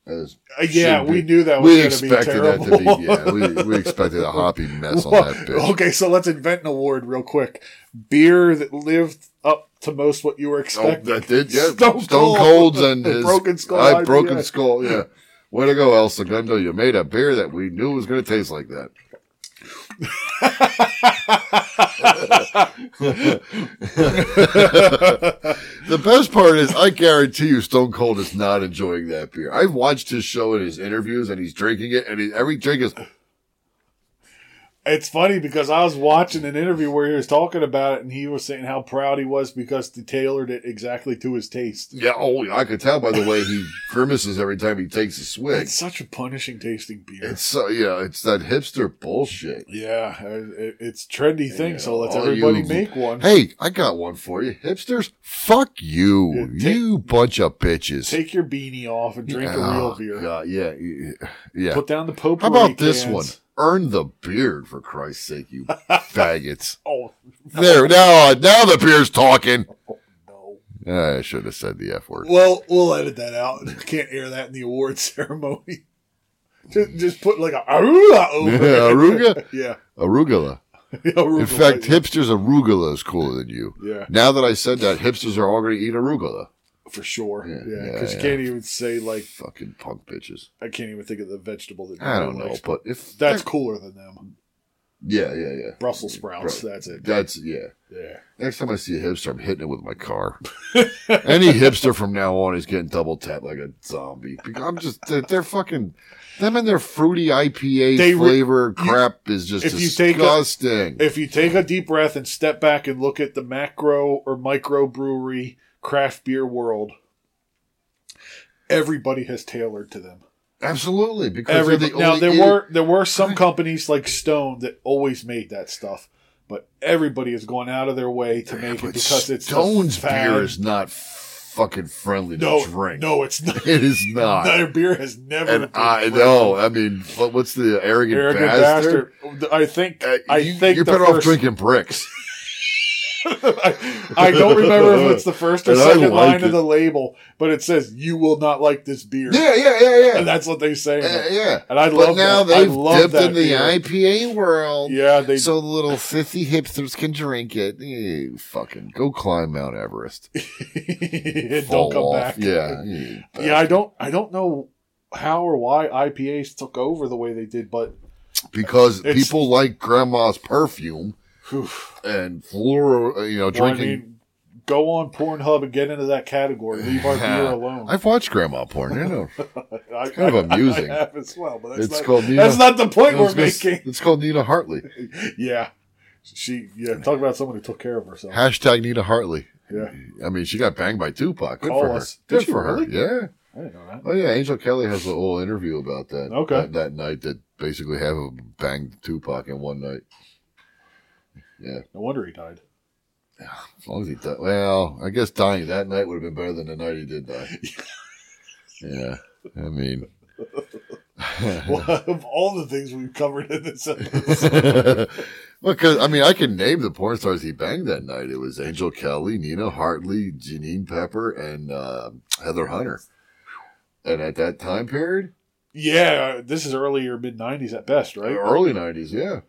D: As
C: yeah,
D: should be.
C: we knew that was
D: we
C: going to be
D: expected that
C: terrible.
D: to be. Yeah, we, we expected a hoppy mess on that bitch.
C: okay, so let's invent an award real quick. Beer that lived up to most what you were
D: Oh,
C: expecting.
D: that did, yeah.
C: Stone
D: Stone,
C: Cold.
D: Cold's and his
C: Broken Skull
D: I,
C: IPA.
D: broken skull. Yeah, way to go, El Segundo. You made a beer that we knew was going to taste like that. the best part is, I guarantee you, Stone Cold is not enjoying that beer. I've watched his show and his interviews, and he's drinking it, and he, every drink is
C: It's funny because I was watching an interview where he was talking about it, and he was saying how proud he was because they tailored it exactly to his taste.
D: yeah. Oh, I could tell by the way he grimaces every time he takes a swig.
C: It's such a punishing tasting beer.
D: It's so yeah, it's that hipster bullshit.
C: yeah, it, it's a trendy thing, so let's
D: All
C: everybody
D: you-
C: make one.
D: Hey, I got one for you. Hipsters, fuck you.
C: Yeah, take-
D: you bunch of bitches.
C: Take your beanie off and drink a real
D: Oh,
C: beer.
D: God, yeah. y- Yeah.
C: Put down the Pope.
D: How about this one? Earn the beard for Christ's sake, you faggots.
C: Oh,
D: There, now, uh, now the beard's talking. Ah,
C: no.
D: I should have said the F word.
C: Well, we'll edit that out. Can't air that in the award ceremony. Just, just put like a arugula over
D: Yeah,
C: it.
D: arugula?
C: Yeah.
D: Arugula.
C: Arugula,
D: In fact,
C: yeah.
D: hipsters, arugula is cooler than you.
C: Yeah.
D: Now that I said that, hipsters are all going to eat arugula.
C: for sure. Yeah, because
D: yeah,
C: you
D: yeah.
C: can't even say like
D: Fucking punk bitches.
C: I can't even think of the vegetable that.
D: I don't know,
C: likes,
D: but if
C: that's cooler than them.
D: yeah, yeah, yeah.
C: Brussels sprouts.
D: Right.
C: That's it.
D: That's yeah.
C: yeah.
D: Next time I see a hipster, I'm hitting it with my car. Any hipster from now on is getting double tapped like a zombie. Because I'm just they're, they're fucking them and their fruity IPA
C: They re-
D: flavor crap is just
C: if you take a-
D: disgusting.
C: If you take a deep breath and step back and look at the macro or micro brewery craft beer world, everybody has tailored to them.
D: Absolutely, because
C: Every
D: they're the
C: now
D: only
C: there
D: idiot-
C: were there were some companies like Stone that always made that stuff, but everybody has gone out of their way to make it
D: But
C: because it's the
D: Stone's
C: fad-
D: beer is not fucking friendly
C: no
D: to drink.
C: no it's not.
D: it is not.
C: Their beer has never.
D: and
C: been
D: I
C: friendly.
D: know. I mean, what, what's the arrogant,
C: Arrogant
D: bastard?
C: bastard. I think
D: Uh,
C: I
D: you,
C: think
D: you're
C: the
D: better off
C: first-
D: drinking bricks.
C: I, I don't remember if it's the first or
D: And I
C: second
D: like
C: line
D: it.
C: of the label, but it says you will not like this beer.
D: yeah, yeah, yeah, yeah.
C: And that's what they say.
D: Uh, yeah,
C: And I
D: but
C: love
D: now
C: that. I
D: they've
C: love
D: dipped
C: that
D: in the
C: beer.
D: IPA world.
C: Yeah, they
D: so little sissy hipsters can drink it. You fucking go climb Mount Everest. Fall
C: don't come
D: off.
C: back.
D: Yeah, eh, you
C: Yeah, I don't I don't know how or why IPAs took over the way they did, but
D: because
C: It's-
D: people like grandma's perfume
C: whew,
D: and fluoro. eh, You know,
C: well, I
D: drinking.
C: mean, go on Pornhub and get into that category. Leave our beer alone.
D: I've watched grandma porn. You know,
C: it's
D: kind of amusing.
C: I, have as well, but that's
D: It's
C: not,
D: called Nina-
C: that's not the point we're
D: it's, it's-
C: making.
D: it's called Nina Hartley.
C: Yeah, she yeah. Talk about someone who took care of herself.
D: Hashtag Nina Hartley.
C: Yeah.
D: I mean, she got banged by Tupac. Good
C: Oh,
D: for her.
C: that's- did
D: Good
C: she
D: for her.
C: really?
D: Yeah.
C: I didn't know that.
D: Oh yeah, Angel Kelly has a whole interview about that.
C: Okay.
D: That, that night that basically half of them banged Tupac in one night. Yeah,
C: No wonder he died.
D: as long as he died. Well, I guess dying that night would have been better than the night he did die. yeah, I mean,
C: Well, of all the things we've covered in this episode,
D: because I mean, I can name the porn stars he banged that night. It was Angel Kelly, Nina Hartley, Janine Pepper, and uh, Heather Hunter. And at that time period,
C: yeah, this is earlier mid '90s at best, right?
D: early '90s, yeah.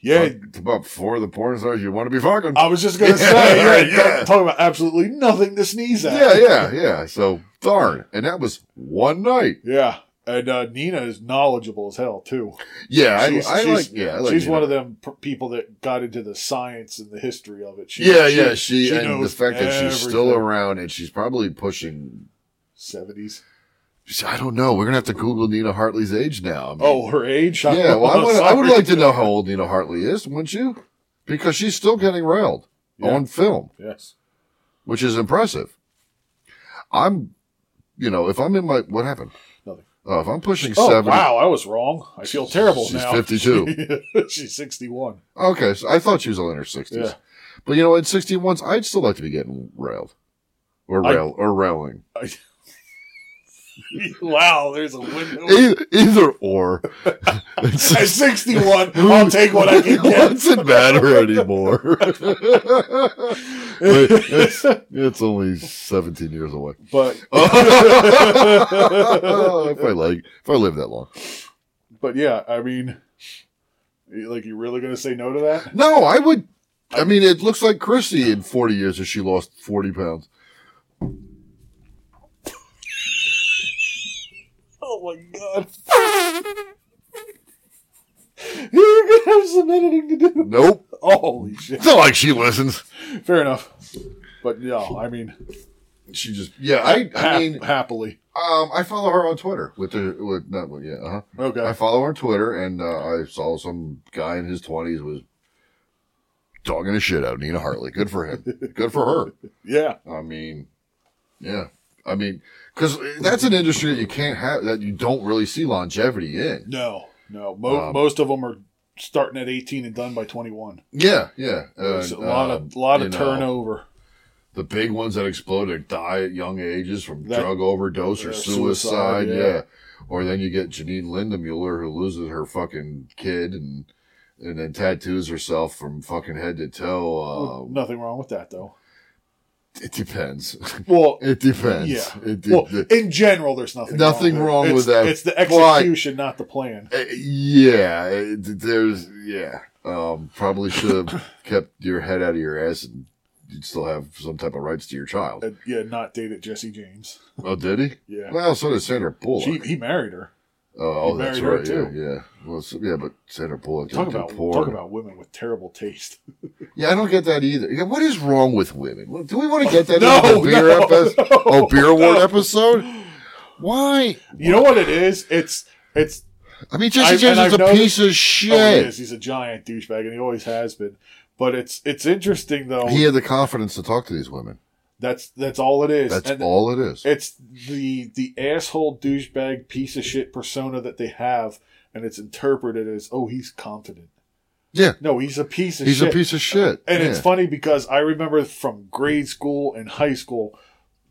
C: Yeah, Oh,
D: It's about four of the porn stars you want to be fucking.
C: I was just gonna
D: Yeah,
C: say, yeah,
D: right, yeah.
C: talk- talking about absolutely nothing to sneeze at.
D: yeah, yeah, yeah. So darn, and that was one night.
C: yeah. And uh, Nina is knowledgeable as hell too.
D: Yeah, I,
C: She's-
D: I
C: she's-
D: like. Yeah, I like
C: she's
D: Nina.
C: one of them p- people that got into the science and the history of it. She,
D: Yeah, yeah. She, and the
C: knows
D: fact that she's still
C: everything.
D: around and she's probably pushing.
C: 70s.
D: I don't know. We're gonna have to Google Nina Hartley's age now. I mean,
C: Oh, her age. I'm
D: yeah. Well, I, would, I would
C: sorry.
D: like to know how old Nina Hartley is, wouldn't you? Because she's still getting railed
C: Yeah.
D: on film,
C: Yes.
D: which is impressive. I'm, you know, if I'm in my what happened?
C: Nothing.
D: Uh, if I'm pushing
C: Oh
D: seventy,
C: wow, I was wrong. I feel terrible
D: She's
C: now.
D: 52.
C: she's sixty-one.
D: Okay, so I thought she was only in her sixties.
C: Yeah.
D: But you know, in sixty ones, I'd still like to be getting railed, or
C: I-
D: rail, or railing.
C: I- wow, there's a window.
D: Either, E-, either or. It's-
C: At 61, I'll take what I can get.
D: What's it matter anymore? But it's, it's only 17 years away. Uh,
C: But
D: if I like, if I live that long.
C: but yeah, I mean, you- like you really gonna say no to that?
D: No, I would. I mean, it looks like Chrissy in 40 years if she lost 40 pounds.
C: Oh my god. You're gonna have some editing to do.
D: Nope.
C: Holy shit.
D: It's not like she listens.
C: Fair enough. But no, I mean,
D: She just, yeah, I, I
C: hap-
D: mean,
C: happily.
D: um, I follow her on Twitter with the, with, not, with- yeah, uh-huh.
C: Okay.
D: I follow her on Twitter, and uh, I saw some guy in his twenties was dogging the shit out of Nina Hartley. Good for him. Good for
C: yeah.
D: her. I mean, yeah. I mean, because that's an industry that you can't have that you don't really see longevity in.
C: No. No. Mo-
D: Um,
C: most of them are starting at 18 and done by 21.
D: Yeah, yeah.
C: There's a
D: And,
C: lot
D: um,
C: of lot
D: you
C: of
D: know,
C: turnover.
D: The big ones that exploded die at young ages from
C: That-
D: drug overdose or
C: Yeah,
D: suicide.
C: suicide, yeah.
D: yeah. Or then you get Janine Lindemuller who loses her fucking kid and and then tattoos herself from fucking head to toe. Uh,
C: Nothing wrong with that though.
D: It depends.
C: Well,
D: It depends.
C: yeah.
D: It de-
C: well,
D: the-
C: in general, there's nothing.
D: Nothing
C: wrong,
D: wrong
C: it.
D: with
C: It's-
D: that.
C: It's the execution, not the plan.
D: uh, yeah. it- There's yeah. Um, probably should have kept your head out of your ass, and you'd still have some type of rights to your child.
C: Uh, yeah, not dated Jesse James.
D: Oh, did he?
C: Yeah.
D: Well, so did Sandra Bullock.
C: She, he married her.
D: oh, oh,
C: he
D: that's right.
C: married her,
D: Yeah, yeah. Well, so, yeah, but Sandra Bullock.
C: Talk
D: didn't do
C: about
D: porn.
C: talk about women with terrible taste.
D: Yeah, I don't get that either. Yeah, what is wrong with women? Well, Do we want to get that
C: No,
D: into the beer
C: no,
D: episode?
C: no,
D: oh, beer award episode. Why?
C: You know what it is? It's it's
D: I mean,
C: I-
D: Jesse
C: and
D: James
C: I've
D: is a
C: noticed-
D: piece of
C: oh, he
D: shit.
C: is. He's a giant douchebag, and he always has been. But it's it's interesting though.
D: he had the confidence to talk to these women.
C: that's that's all it is.
D: That's
C: And
D: all it is.
C: It's the the asshole douchebag piece of shit persona that they have, and it's interpreted as oh he's confident.
D: Yeah.
C: No, he's a piece of
D: He's
C: shit.
D: a piece of shit.
C: And
D: yeah.
C: it's funny because I remember from grade school and high school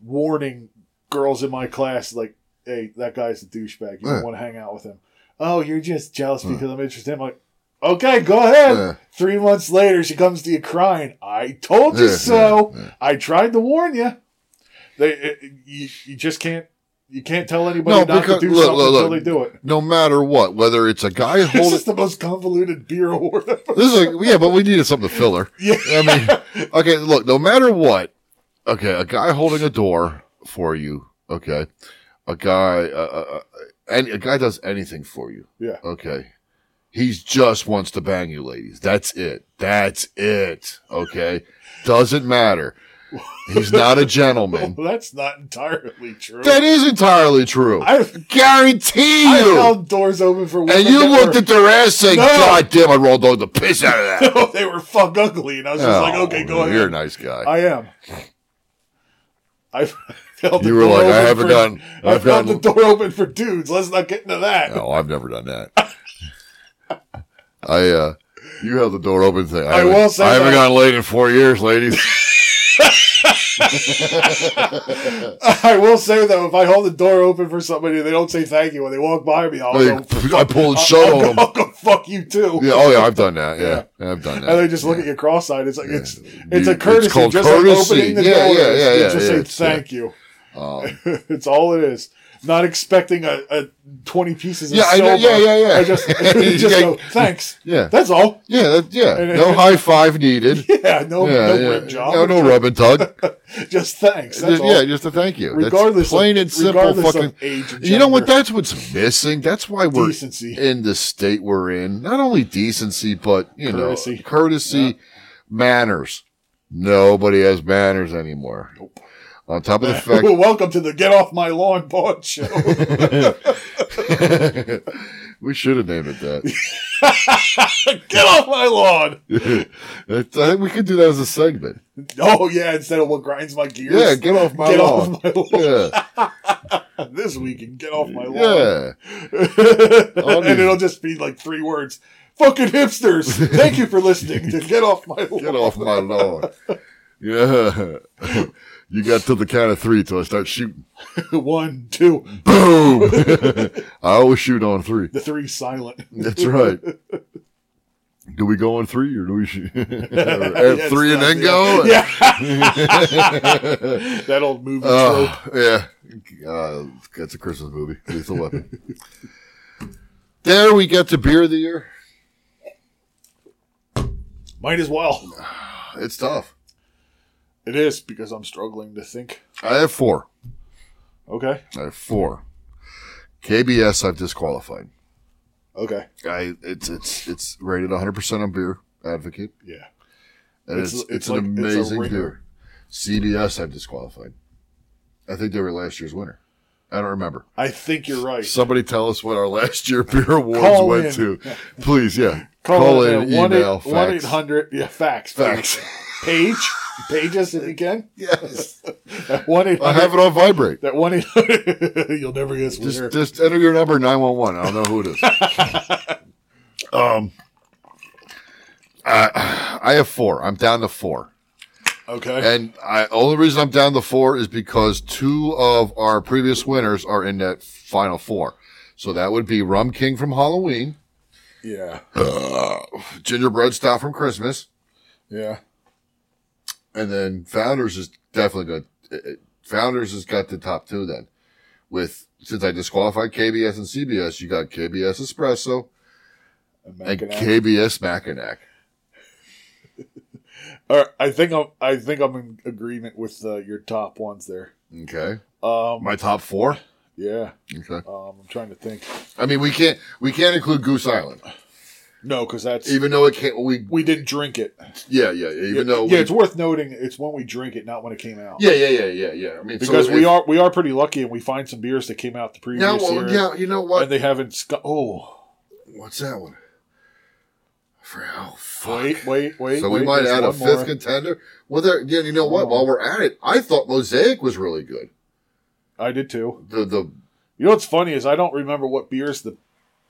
C: warning girls in my class, like, hey, that guy's a douchebag. You
D: Yeah.
C: don't want to hang out with him. Oh, you're just jealous because I'm interested in him. Like, okay, go ahead.
D: Yeah.
C: Three months later, she comes to you crying. I told you
D: Yeah,
C: so.
D: yeah, yeah.
C: I tried to warn you. They, it, you, you just can't, you can't tell anybody
D: No,
C: not
D: because-
C: to do
D: look,
C: something
D: look, look.
C: until they do it.
D: No matter what, whether it's a guy
C: This
D: holding
C: is the most convoluted beer award. ever.
D: this is a, yeah, but we needed something to fill her.
C: Yeah.
D: I mean, okay, look, no matter what, okay, a guy holding a door for you, okay, a guy, uh, uh, any, a guy does anything for you,
C: Yeah.
D: okay. He's just wants to bang you, ladies. That's it. That's it. Okay. Doesn't matter. He's not a gentleman.
C: Well, that's not entirely true.
D: That is entirely true.
C: I-
D: guarantee
C: I
D: you.
C: held doors open for women.
D: and you
C: that
D: looked
C: were-
D: at their ass saying,
C: No.
D: God damn, I rolled all the piss out of that.
C: they were fuck ugly, and I was just like, okay, go
D: Oh, You're a
C: ahead.
D: nice guy.
C: I am. I held
D: You were like, I haven't done-
C: I've
D: I've
C: held
D: done-
C: the door open for dudes. Let's not get into that.
D: no, I've never done that. I, uh, you held the door open thing.
C: I
D: haven't-
C: will say
D: I haven't
C: that-
D: gotten laid in four years, ladies.
C: I will say though, if I hold the door open for somebody, and they don't say thank you when they walk by me. I'll
D: Like,
C: go.
D: I pulled
C: I'll-
D: shut
C: I'll go-
D: on them.
C: I'll go fuck you too.
D: Yeah, oh yeah, I've done that. Yeah, I've done that.
C: And they just look at you cross-eyed. It's like it's it's
D: You-
C: a
D: it's
C: courtesy,
D: called
C: just
D: courtesy.
C: like opening the
D: Yeah,
C: door.
D: yeah, yeah,
C: You
D: yeah,
C: just
D: yeah, Um, it's-
C: say thank you. it's all it is. Not expecting a, a twenty pieces. Of
D: Yeah, I know-
C: silver.
D: yeah, yeah, yeah.
C: I just, you just
D: Yeah.
C: go, thanks.
D: Yeah.
C: that's all.
D: Yeah, that, yeah.
C: And-
D: No high five needed.
C: Yeah, no,
D: Yeah,
C: no
D: yeah.
C: rib job.
D: No, no rub and tug.
C: Just thanks. That's
D: Just-
C: all.
D: yeah, just a thank you.
C: Regardless
D: That's plain
C: of-
D: and simple.
C: regardless of
D: Fucking.
C: age and
D: you know what?
C: gender.
D: That's what's missing. That's why we're
C: Decency.
D: in the state we're in. Not only decency, but you
C: Courtesy.
D: know, courtesy, manners. Nobody has manners anymore. On top of the fact,
C: Well, welcome to the Get Off My Lawn Pod Show.
D: we should have named it that.
C: Get off my lawn.
D: I think we could do that as a segment.
C: Oh yeah, instead of what grinds my gears.
D: Yeah, get off my
C: Get off
D: lawn.
C: my lawn.
D: yeah,
C: This weekend, get off my lawn.
D: yeah.
C: and it'll just be like three words. Fucking hipsters. Thank you for listening to Get Off My Lawn.
D: Get off my lawn. Yeah. You got till the count of three till I start shooting.
C: One, two,
D: Boom! I always shoot on three.
C: the three silent.
D: That's right. Do we go on three or do we shoot? At
C: Yes,
D: three and
C: uh,
D: then
C: yeah.
D: go?
C: Yeah. that old movie
D: Uh,
C: trope.
D: yeah, uh, that's a Christmas movie. Lethal Weapon. there we get to beer of the year.
C: Might as well.
D: It's tough.
C: It is because I'm struggling to think.
D: I have four.
C: Okay.
D: I have four. KBS, I've disqualified.
C: Okay.
D: I it's it's it's rated 100 percent on beer advocate,
C: Yeah.
D: and
C: It's-
D: it's it's,
C: it's
D: an
C: like- it's a
D: amazing
C: ringer.
D: beer. CBS, I've disqualified. I think they were last year's winner. I don't remember.
C: I think you're right.
D: Somebody tell us what our last year beer awards
C: Call
D: went
C: in.
D: to, please. Yeah, call, in,
C: at
D: email,
C: eight- one
D: fax.
C: 800 Yeah, fax.
D: Fax.
C: Page. Page us if you can.
D: Yes,
C: That 1 800.
D: I have it on vibrate.
C: That 1 800. You'll never guess
D: Just
C: winner.
D: just enter your number nine one one. I don't know who it is. um, I I have four. I'm down to four.
C: Okay.
D: And I only reason I'm down to four is because two of our previous winners are in that final four. So that would be Rum King from Halloween,
C: Yeah.
D: Gingerbread Stout from Christmas,
C: Yeah.
D: and then Founders is definitely good. It- it- Founders has got the top two then. With since I disqualified KBS and CBS, you got KBS Espresso and
C: Mackinac.
D: KBS Mackinac.
C: All right, I think I'm. I think I'm in agreement with uh, your top ones there.
D: Okay,
C: Um,
D: my top four.
C: yeah.
D: Okay,
C: Um, I'm trying to think.
D: I mean we can't we can't include Goose Island,
C: No, because that's
D: even though it can't. We
C: we didn't drink it.
D: yeah yeah even
C: yeah,
D: though
C: yeah,
D: we-
C: it's worth noting it's when we drink it, not when it came out.
D: Yeah, yeah, yeah, yeah, yeah. I mean,
C: because
D: so
C: we
D: if-
C: are we are pretty lucky, and we find some beers that came out the previous
D: Yeah, well,
C: year,
D: yeah. You know
C: and
D: what?
C: they haven't. Sc- oh,
D: What's that one? For oh, fuck.
C: wait, wait, wait.
D: so we
C: wait,
D: might
C: there's
D: add a
C: one
D: fifth
C: more.
D: contender. Well, there. Yeah, you know what? While we're at it, I thought Mosaic was really good.
C: I did too.
D: The the
C: You know what's funny is I don't remember what beers the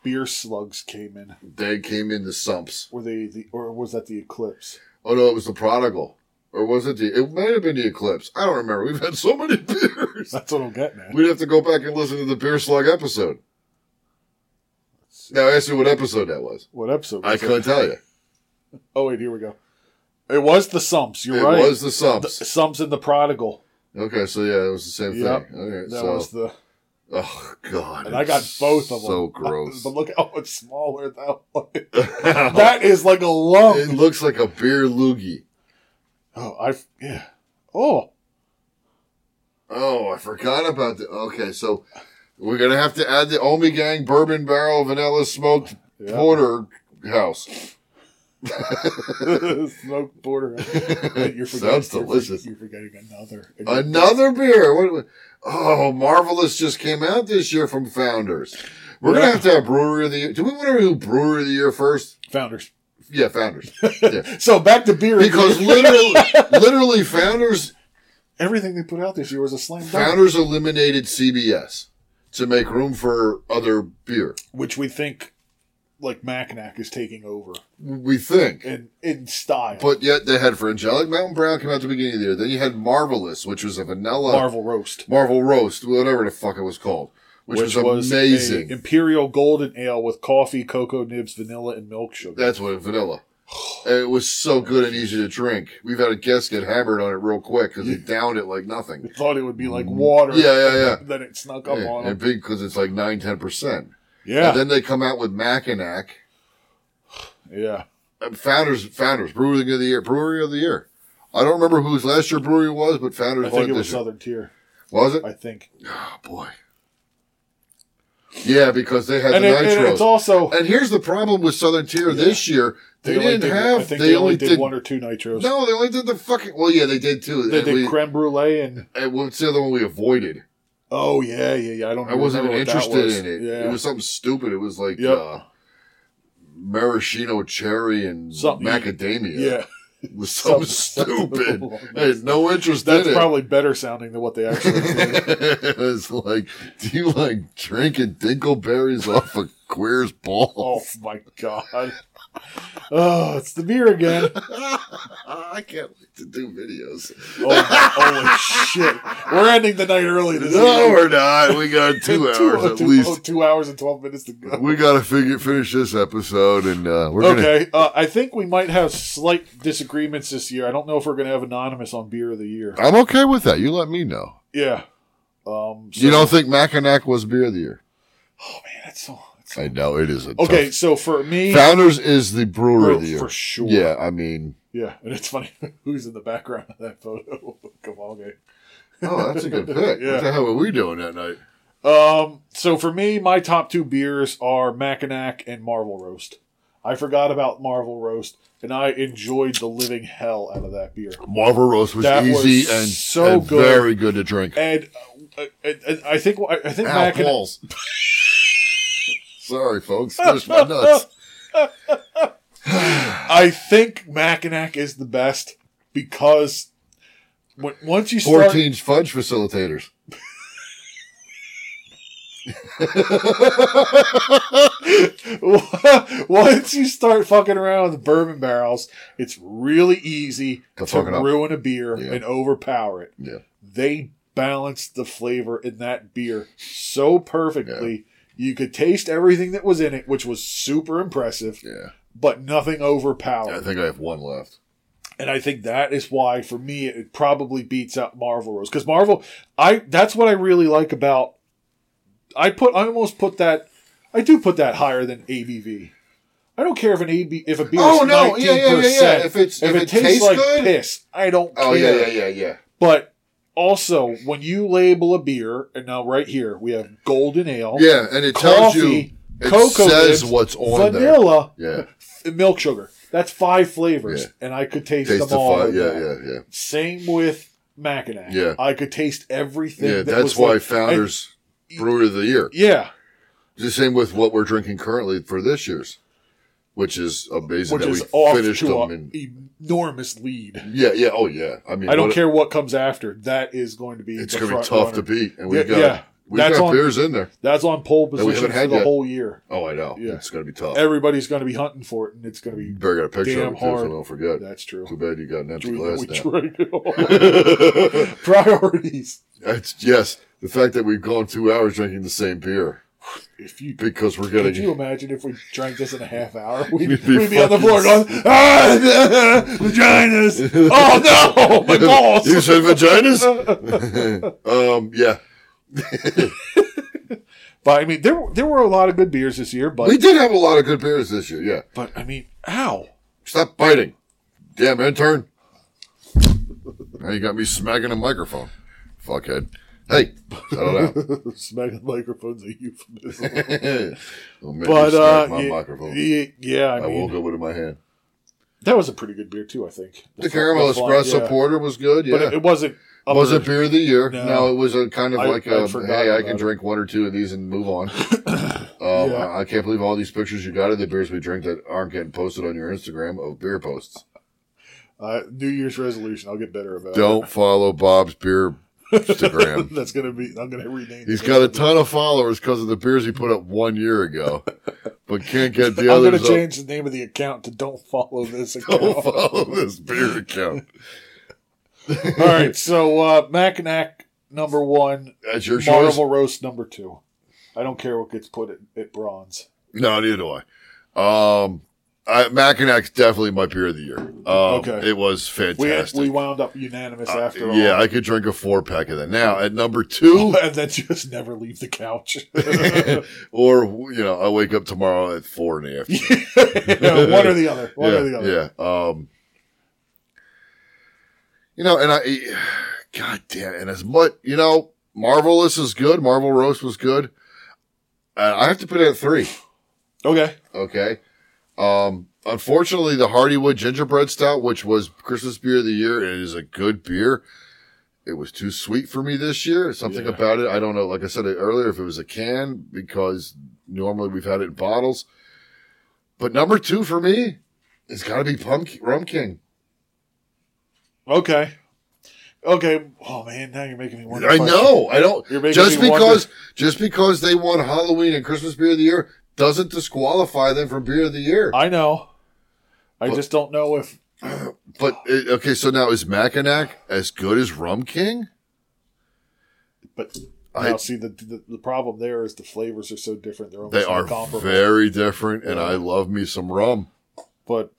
C: beer slugs came in.
D: they came in the sumps.
C: Were they the or was that the Eclipse?
D: Oh no, it was the Prodigal, or was it the? It might have been the Eclipse. I don't remember. We've had so many beers.
C: That's what I'm getting at.
D: We'd have to go back and listen to the beer slug episode. Now ask me what episode that was.
C: What episode?
D: I
C: was it?
D: couldn't tell you.
C: Oh wait, here we go. It was the Sumps. You're
D: It
C: right.
D: was the sumps.
C: Sumps and the Prodigal.
D: Okay, so yeah, it was the same
C: Yep.
D: thing. All right,
C: That
D: so,
C: was the.
D: oh god,
C: And I
D: it's
C: got both of them.
D: So gross.
C: but look how much smaller that one. is. that is like a lump.
D: it looks like a beer loogie.
C: oh, I yeah. Oh,
D: Oh, I forgot about the. Okay, so we're gonna have to add the Omi Gang Bourbon Barrel Vanilla Smoked
C: Yeah.
D: Porter House.
C: smoked border. You're forgetting,
D: Sounds
C: you're-
D: delicious.
C: You're, forgetting another.
D: Another beer. What- What? Oh, Marvelous just came out this year from Founders. We're gonna
C: Yeah.
D: have to have Brewery of the Year. Do we want to do Brewery of the Year first?
C: founders.
D: Yeah, Founders. Yeah.
C: So back to beer.
D: Because literally, literally, Founders
C: everything they put out this year was a slam dunk,
D: Founders eliminated CBS to make room for other beer.
C: which we think like Mackinac is taking over
D: We think.
C: in in style.
D: But yet they had for Angelic Mountain Brown came out at the beginning of the year. Then you had Marvelous, which was a vanilla
C: Marvel roast.
D: Marvel roast, whatever the fuck it was called, which, was,
C: a
D: amazing.
C: imperial golden ale with coffee, cocoa nibs, vanilla, and milk sugar.
D: That's what vanilla. And it was so good and easy to drink. We've had a guest get hammered on it real quick because he downed it like nothing.
C: thought it would be like water.
D: Mm. Yeah, yeah, yeah.
C: Then it snuck up on
D: and
C: him.
D: big because it's like 9 10%.
C: Yeah,
D: And then they come out with Mackinac.
C: yeah.
D: Uh, founders, founders, brewing of the year, brewery of the year. I don't remember whose last year brewery was, but founders
C: I think
D: won
C: it
D: it
C: was
D: this year.
C: Southern Tier.
D: Was it?
C: I think,
D: oh boy. Yeah, because they had
C: and,
D: the
C: it, and
D: nitros.
C: it's also
D: and here's the problem with Southern Tier this year: they,
C: only
D: didn't
C: did-
D: have.
C: I think they, only did, one or two nitros.
D: No, they only did the fucking. Well, yeah, they did too.
C: they
D: and
C: did
D: we,
C: creme brulee and
D: and what's the other one we avoided?
C: oh yeah, yeah, yeah. I don't.
D: I wasn't even
C: remember what that
D: interested
C: was.
D: in it.
C: Yeah,
D: It was something stupid. It was like
C: Yep.
D: uh, maraschino cherry and
C: Something-
D: macadamia.
C: yeah.
D: It was so
C: Something- something
D: stupid.
C: along
D: I had no interest
C: That's
D: in it.
C: probably better sounding than what they actually. did.
D: it was like, do you like drinking dingleberries off a queer's ball?
C: oh my god! Oh, it's the beer again.
D: I can't wait to do videos.
C: Oh, holy shit. We're ending the night early this
D: No,
C: evening.
D: we're not. We got two hours at
C: two- oh,
D: least.
C: two hours and 12 minutes to go.
D: We gotta figure finish this episode, and uh, we're gonna.
C: Okay, uh, I think we might have slight disagreements this year. I don't know if we're going to have anonymous on beer of the year.
D: I'm okay with that. You let me know.
C: Yeah. Um, so-
D: You don't think Mackinac was beer of the year?
C: Oh man, that's so. That's
D: I know it is a
C: okay,
D: tough-
C: so for me,
D: Founders is the brewer
C: Oh,
D: of the year
C: for sure.
D: Yeah, I mean,
C: yeah, and it's funny who's in the background of that photo. Kamalge.
D: oh, that's a good pick.
C: Yeah.
D: What the hell were we doing that night?
C: Um, so for me, my top two beers are Mackinac and Marvel Roast. I forgot about Marvel Roast, and I enjoyed the living hell out of that beer.
D: Marvel roast was
C: That was
D: easy and
C: so
D: and
C: good.
D: very good to drink.
C: And, uh, and, and I think I think
D: Ow,
C: Mackinac.
D: balls. Sorry, folks. There's my nuts.
C: I think Mackinac is the best because when, once you start,
D: 14 fudge facilitators.
C: once you start fucking around with bourbon barrels, it's really easy to,
D: To fuck it up.
C: ruin a beer
D: Yeah.
C: and overpower it.
D: Yeah.
C: They balanced the flavor in that beer so perfectly. You could taste everything that was in it, which was super impressive,
D: Yeah.
C: but nothing overpowered.
D: I think I have one left.
C: And I think that is why, for me, it probably beats out Marvel Rose because Marvel. I that's what I really like about. I put I almost put that. I do put that higher than ABV. I don't care if an AB if a beer
D: Oh,
C: is
D: no.
C: nineteen
D: Yeah, yeah, yeah, yeah.
C: percent.
D: If it's- if
C: it, tastes, like
D: good-
C: piss, I don't.
D: Oh,
C: care.
D: yeah, yeah, yeah, yeah.
C: But also, when you label a beer, and now right here we have golden ale,
D: Yeah, and it tells you,
C: coffee,
D: it
C: cocoa
D: says
C: nibs,
D: what's on
C: vanilla,
D: there. Yeah.
C: and milk sugar. That's five flavors,
D: Yeah.
C: and I could taste,
D: Taste
C: them
D: the
C: all.
D: fun.
C: in
D: Yeah,
C: that.
D: yeah, yeah.
C: Same with Mackinac.
D: Yeah.
C: I could taste everything.
D: Yeah,
C: that was
D: that's why
C: like-
D: Founders Brewer of the Year.
C: and- yeah,
D: The same with what we're drinking currently for this year's, which is amazing
C: which
D: that
C: is
D: we
C: off
D: finished
C: to
D: them.
C: an
D: And,
C: enormous lead.
D: yeah, yeah, oh yeah. I mean,
C: I don't
D: what-
C: care what comes after. That is going to be.
D: It's
C: the
D: going to be
C: front
D: tough
C: runner.
D: to beat, and we
C: Yeah,
D: got
C: yeah.
D: we
C: That's
D: got
C: on-
D: beers in there.
C: That's on pole
D: we haven't
C: position for
D: had
C: the
D: yet.
C: whole year.
D: Oh, I know.
C: Yeah.
D: It's going to be tough.
C: Everybody's going to be hunting for it, and it's going to
D: You
C: be.
D: better get a picture
C: Damn
D: of it too, so
C: hard.
D: I don't forget.
C: That's true.
D: Too bad you got an empty
C: We-
D: glass
C: we
D: now.
C: tried it all. Priorities.
D: That's, yes, the fact that we've gone two hours drinking the same beer
C: If you
D: because we're
C: could you
D: getting
C: imagine if we drank this in a half hour, we'd, we'd,
D: be
C: be, on the
D: fucking
C: floor going, ah, vaginas. Oh no, my balls.
D: you said vaginas. um, yeah,
C: But I mean, there there were a lot of good beers this year, but
D: we did have a lot of good beers this year. Yeah,
C: but I mean, ow,
D: stop biting, damn intern. Now you got me smacking a microphone, fuckhead. Hey, settle down.
C: smacking the microphones a euphemism.
D: Don't make me
C: but
D: smack
C: uh,
D: my
C: ye-
D: microphone.
C: ye- yeah, I
D: I
C: mean,
D: will go with it in my hand.
C: that was a pretty good beer too. I think
D: The caramel
C: fun-
D: espresso
C: yeah.
D: porter was good. Yeah,
C: but it, it wasn't. upper-
D: was it beer of the year? No,
C: No.
D: it was a kind of
C: I-
D: like
C: I
D: a
C: forgot
D: hey, I
C: about
D: can
C: it.
D: drink one or two of these and move on. um,
C: Yeah.
D: I, I can't believe all these pictures you got of the beers we drink that aren't getting posted on your Instagram of beer posts.
C: Uh, New Year's resolution. I'll get better about. it.
D: Don't follow Bob's beer Instagram.
C: That's gonna be. I'm gonna rename.
D: He's
C: it.
D: got a ton of followers because of the beers he put up one year ago, but can't get the
C: I'm gonna
D: others up.
C: change the name of the account to "Don't Follow This Account."
D: Don't follow this beer account.
C: All right, so uh, Mackinac number one,
D: That's your choice.
C: Marvel Roast number two. I don't care what gets put at, at bronze.
D: No, neither do I. Um, I, Mackinac's definitely my beer of the year. Um,
C: Okay.
D: It was
C: We
D: fantastic. Uh,
C: we wound up unanimous after all.
D: yeah, I could drink a four pack of that. Now, at number two,
C: and then just never leave the couch.
D: or, you know, I wake up tomorrow at four in the afternoon.
C: Yeah, one or the other. One
D: yeah,
C: or the other.
D: Yeah. Um, you know, and I, God damn, and as much, you know, Marvelous is good. Marvel Roast was good. Uh, I have to put it at three.
C: Okay.
D: Okay. Um, unfortunately, the Hardywood Gingerbread Stout, which was Christmas beer of the year, and it is a good beer. It was too sweet for me this year. Something
C: Yeah.
D: about it, I don't know. Like I said earlier, if it was a can, because normally we've had it in bottles. But number two for me, it's got to be Pump Rum King.
C: Okay. Okay. Oh man, now you're making me wonder.
D: I
C: if
D: know. I don't.
C: You're making
D: Just
C: me wonder-
D: because, just because they won Halloween and Christmas beer of the year doesn't disqualify them from beer of the year.
C: I know. I just don't know if
D: But it, okay, so now is Mackinac as good as Rum King?
C: But
D: I-
C: now, see, the, the the problem there is the flavors are so different. They're almost
D: They are
C: incomparable.
D: very different, and I love me some rum.
C: But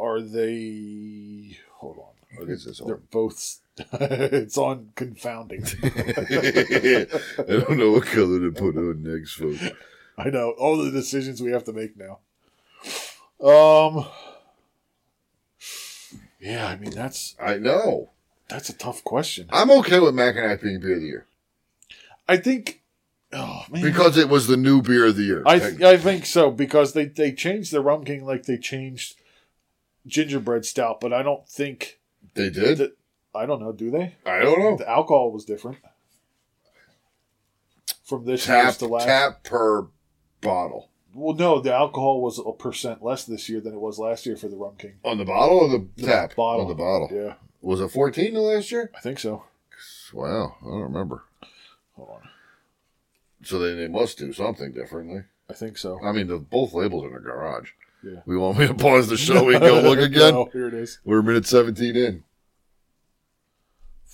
C: are they? Hold on.
D: What is this
C: They're
D: on?
C: both. it's on confounding.
D: I don't know what color to put on next, folks.
C: I know all the decisions we have to make now. Um. Yeah, I mean that's
D: I know.
C: that's a tough question.
D: I'm okay with Mackinac being beer of the year
C: I think. Oh man.
D: because it was the new beer of the year.
C: I th- I think so because they they changed the rum king like they changed gingerbread stout, but I don't think
D: they did.
C: that I don't know. Do they?
D: I don't know.
C: The alcohol was different from this
D: Tap
C: year's to last.
D: tap per bottle
C: Well, no, the alcohol was a percent less this year than it was last year for the rum king
D: on the bottle or the tap
C: bottle.
D: on the bottle.
C: Yeah,
D: Was it 14 the last year?
C: I think so.
D: Wow, I don't remember.
C: Hold on,
D: So they, they must do something differently.
C: I think so.
D: I mean, the, both labels are in the garage.
C: Yeah.
D: We want me to pause the show and go look again.
C: No, here it is.
D: We're minute 17 in.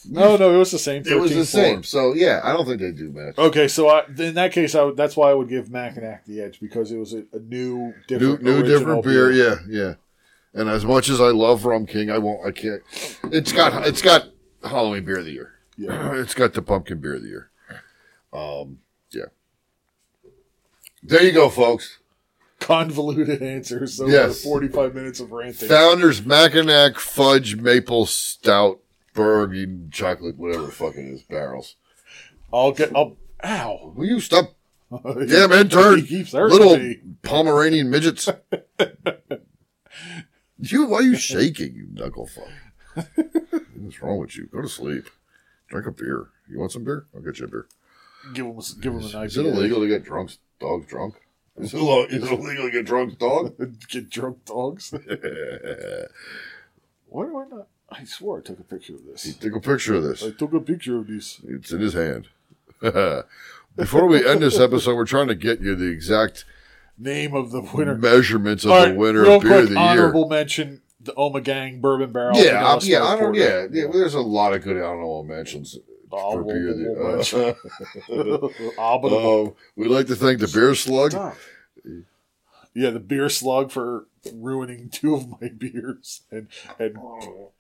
C: No, Oh, no, it was the same.
D: It was the
C: 13-4.
D: same. So yeah, I don't think they do match.
C: Okay, so I, in that case, I would, that's why I would give Mackinac the edge because it was a, a new,
D: new,
C: different,
D: new different beer.
C: Yeah.
D: Yeah, yeah. And as much as I love Rum King, I won't. I can't. It's got it's got Halloween beer of the year.
C: Yeah.
D: it's got the pumpkin beer of the year. Um, yeah. There you go, folks.
C: Convoluted answers over
D: Yes.
C: forty-five minutes of ranting.
D: Founders Mackinac Fudge Maple Stout Burgundy Chocolate, whatever the fuck it is, barrels.
C: I'll get. I'll, ow!
D: Will you stop? Damn intern,
C: He keeps hurting
D: little
C: me.
D: Pomeranian midgets. you, why are you shaking, you knuckle fuck? What's wrong with you? Go to sleep. Drink a beer. You want some beer? I'll get you a beer.
C: Give him, a- give him an
D: Is it
C: idea.
D: illegal to get drunk dogs drunk? Is it, lo- is it illegal to get drunk dog?
C: Get drunk dogs. Why do I not? I swore I took a picture of this.
D: Take a picture of this.
C: I took a picture of this.
D: It's in his hand. Before we end this episode, we're trying to get you the exact
C: Name of the winner.
D: measurements of
C: All
D: the
C: right,
D: winner
C: real
D: of beer
C: quick,
D: of the year.
C: honorable mention: the Oma Gang Bourbon Barrel.
D: Yeah,
C: Vanilla
D: I, yeah, I
C: Stout
D: don't, yeah,
C: Porter.
D: yeah. well, There's a lot of good honorable mentions
C: Oh,
D: for
C: we'll-
D: beer. of the-
C: we'll
D: uh,
C: mention. Ah, but-
D: Um, we'd like to thank the Beer Slug.
C: Stop. Yeah, the beer slug for ruining two of my beers and and,
D: Oh,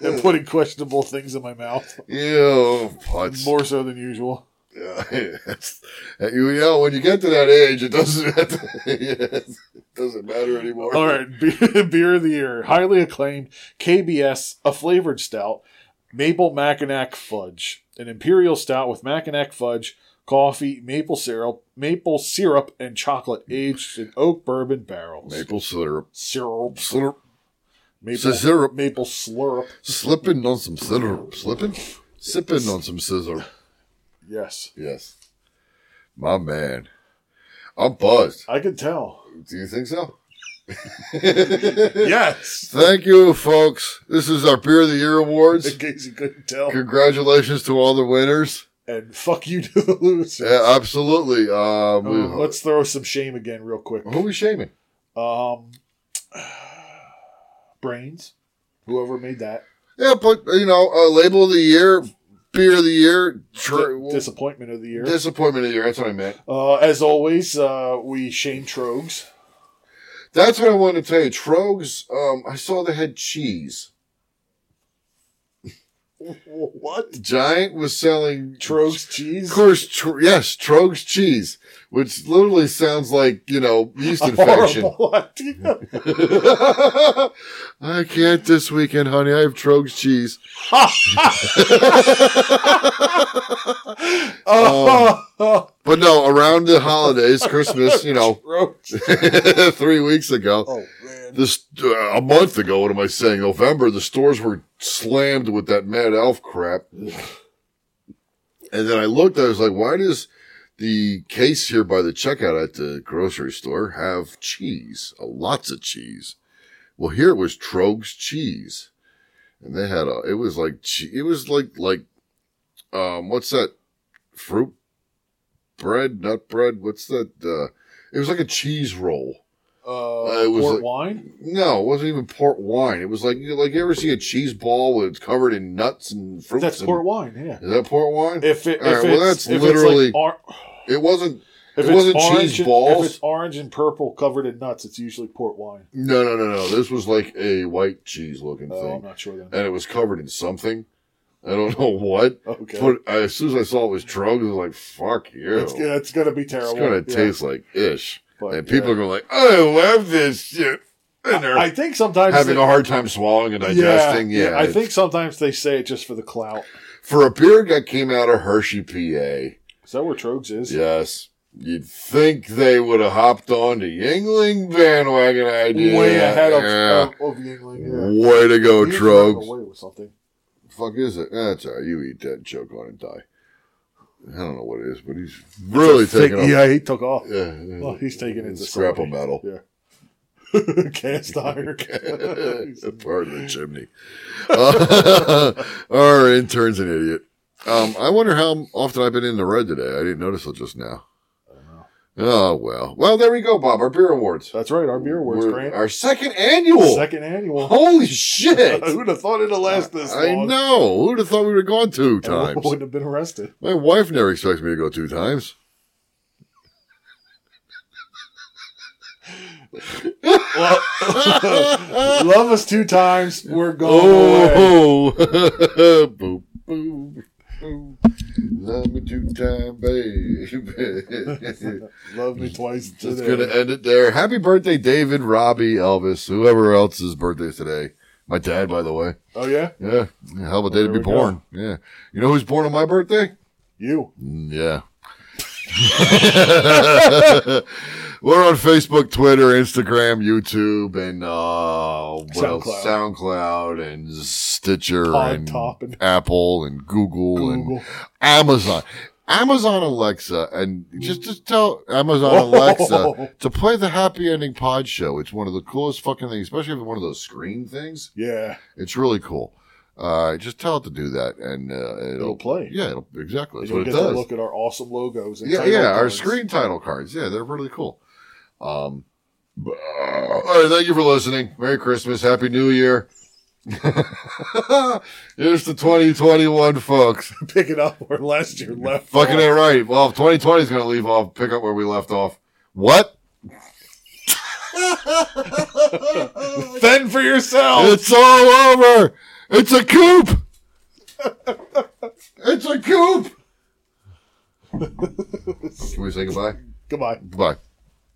C: and putting questionable things in my mouth
D: Ew, oh, putz.
C: more so than usual.
D: That's- you know, when you get to that age, it doesn't it doesn't matter anymore.
C: All right, beer, beer of the year, highly acclaimed KBS, a flavored stout, maple Mackinac fudge, an imperial stout with Mackinac fudge, coffee, maple syrup, maple syrup, and chocolate, aged in oak bourbon barrels.
D: Maple syrup,
C: syrup,
D: slurp,
C: maple
D: syrup.
C: maple slurp.
D: slipping on some syrup, slipping, sipping on some scissor.
C: Yes,
D: Yes, my man, I'm buzzed.
C: I can tell.
D: Do you think so?
C: yes.
D: Thank you, folks. This is our Beer of the Year awards.
C: In case you couldn't tell.
D: Congratulations to all the winners.
C: And fuck you to the loser.
D: Yeah, absolutely. Um, we-
C: let's throw some shame again real quick.
D: who are we shaming?
C: Um, brains. Whoever made that
D: Yeah, but you know, uh, label of the year, beer of the year, tr-
C: Di- disappointment of the year.
D: disappointment of the year. That's what I meant.
C: uh, as always, uh, we shame Trogs.
D: That's what I wanted to tell you. Trogs. Um, I saw they had cheese.
C: What
D: Giant was selling.
C: Trogs
D: Of
C: cheese?
D: course, tr- yes, Trogs cheese, which literally sounds like you know yeast infection.
C: Horrible idea.
D: I can't this weekend, honey. I have Trogs cheese.
C: Oh,
D: But no, around the holidays, Christmas, Um, you know,
C: Trogs.
D: three weeks ago.
C: Oh man.
D: this uh, a month ago. What am I saying? November. The stores were slammed with that Mad Elf crap. And then I looked. I was like, why does the case here by the checkout at the grocery store have cheese? Uh, Lots of cheese. Well, here it was Trogs cheese, and they had a. It was like che- it was like like um what's that fruit bread nut bread? What's that? Uh, it was like a cheese roll
C: uh,
D: it was
C: port
D: like-
C: wine.
D: No, it wasn't even port wine. It was like you like you ever see a cheese ball where it's covered in nuts and fruits.
C: That's
D: and-
C: port wine. Yeah.
D: Is that port wine?
C: If it, if
D: All right,
C: it's,
D: well, that's
C: if
D: literally.
C: it's like or-
D: it wasn't.
C: if
D: it
C: it's
D: wasn't
C: orange,
D: cheese balls.
C: If it's orange and purple covered in nuts, it's usually port wine.
D: No, no, no, no. This was like a white cheese looking
C: Oh, I'm
D: thing, Uh,
C: not sure then.
D: and it was covered in something. I don't know what.
C: Okay.
D: But as soon as I saw it was drug, I was like, "Fuck you!"
C: It's, it's gonna be terrible.
D: It's gonna
C: Yeah.
D: taste like ish,
C: But,
D: and people
C: yeah.
D: are gonna like, "I love this shit," and they're
C: I think sometimes
D: having
C: they-
D: a hard time swallowing and digesting. Yeah,
C: I
D: it's-
C: think sometimes they say it just for the clout.
D: for a beer that came out of Hershey, PA.
C: Is that where Trogs is?
D: Yes. You'd think they would have hopped on the Yingling bandwagon idea.
C: Way ahead of,
D: Yeah.
C: of, of Yingling. Yeah.
D: Way to go,
C: He was running
D: Trogs.
C: away with something.
D: Fuck is it? That's all right. You eat that, choke on and die. I don't know what it is, but he's really taking off.
C: yeah, he took off.
D: Yeah.
C: Well, he's taking it to
D: Scrap of
C: somebody.
D: metal.
C: Yeah. Cast iron. He's a-
D: part of the chimney. Uh, our intern's an idiot. Um, I wonder how often I've been in the red today. I didn't notice it just now. Oh well, well there we go, Bob. Our beer awards.
C: That's right. Our beer awards,
D: We're-
C: Grant.
D: Our second annual.
C: Second annual.
D: Holy shit!
C: Who'd have thought it'd last this
D: I
C: long?
D: know. Who'd have thought we would have gone two
C: And we
D: times?
C: Wouldn't have been arrested.
D: My wife never expects me to go two times.
C: Well, love us two times. We're going away.
D: Oh, boop, boop, boop. Love me two time, baby.
C: Love me twice.
D: Just
C: today.
D: gonna end it there. Happy birthday, David, Robbie, Elvis, whoever else's birthday today. My dad, by the way.
C: Oh yeah,
D: Yeah, hell of a day to
C: There
D: be
C: we go.
D: born. Yeah, you know who's born on my birthday?
C: you.
D: Mm, Yeah. We're on Facebook, Twitter, Instagram, YouTube, and uh, what else?
C: SoundCloud.
D: SoundCloud and Stitcher and
C: Podtop and-
D: Apple and Google,
C: Google.
D: and Amazon. Amazon Alexa, and just just tell Amazon Alexa to play the Happy Ending Pod Show. It's one of the coolest fucking things, especially if it's one of those screen things.
C: Yeah.
D: It's really cool. Uh, just tell it to do that, and uh, it'll,
C: It'll play.
D: Yeah, it'll, exactly. That's
C: You'll
D: what it
C: get to
D: does.
C: look at our awesome logos. And
D: Yeah,
C: title
D: yeah, our
C: cards.
D: screen title cards. Yeah, they're really cool. Um, b- uh, all right, thank you for listening. Merry Christmas, Happy New Year. Here's the 2021, folks.
C: Pick it up where last year left.
D: Fucking it right. Well, if 2020 is going to leave off, pick up where we left off. What?
C: Fend for yourself.
D: It's all over. It's a coop. it's a coop. Can we say goodbye?
C: Goodbye.
D: Goodbye.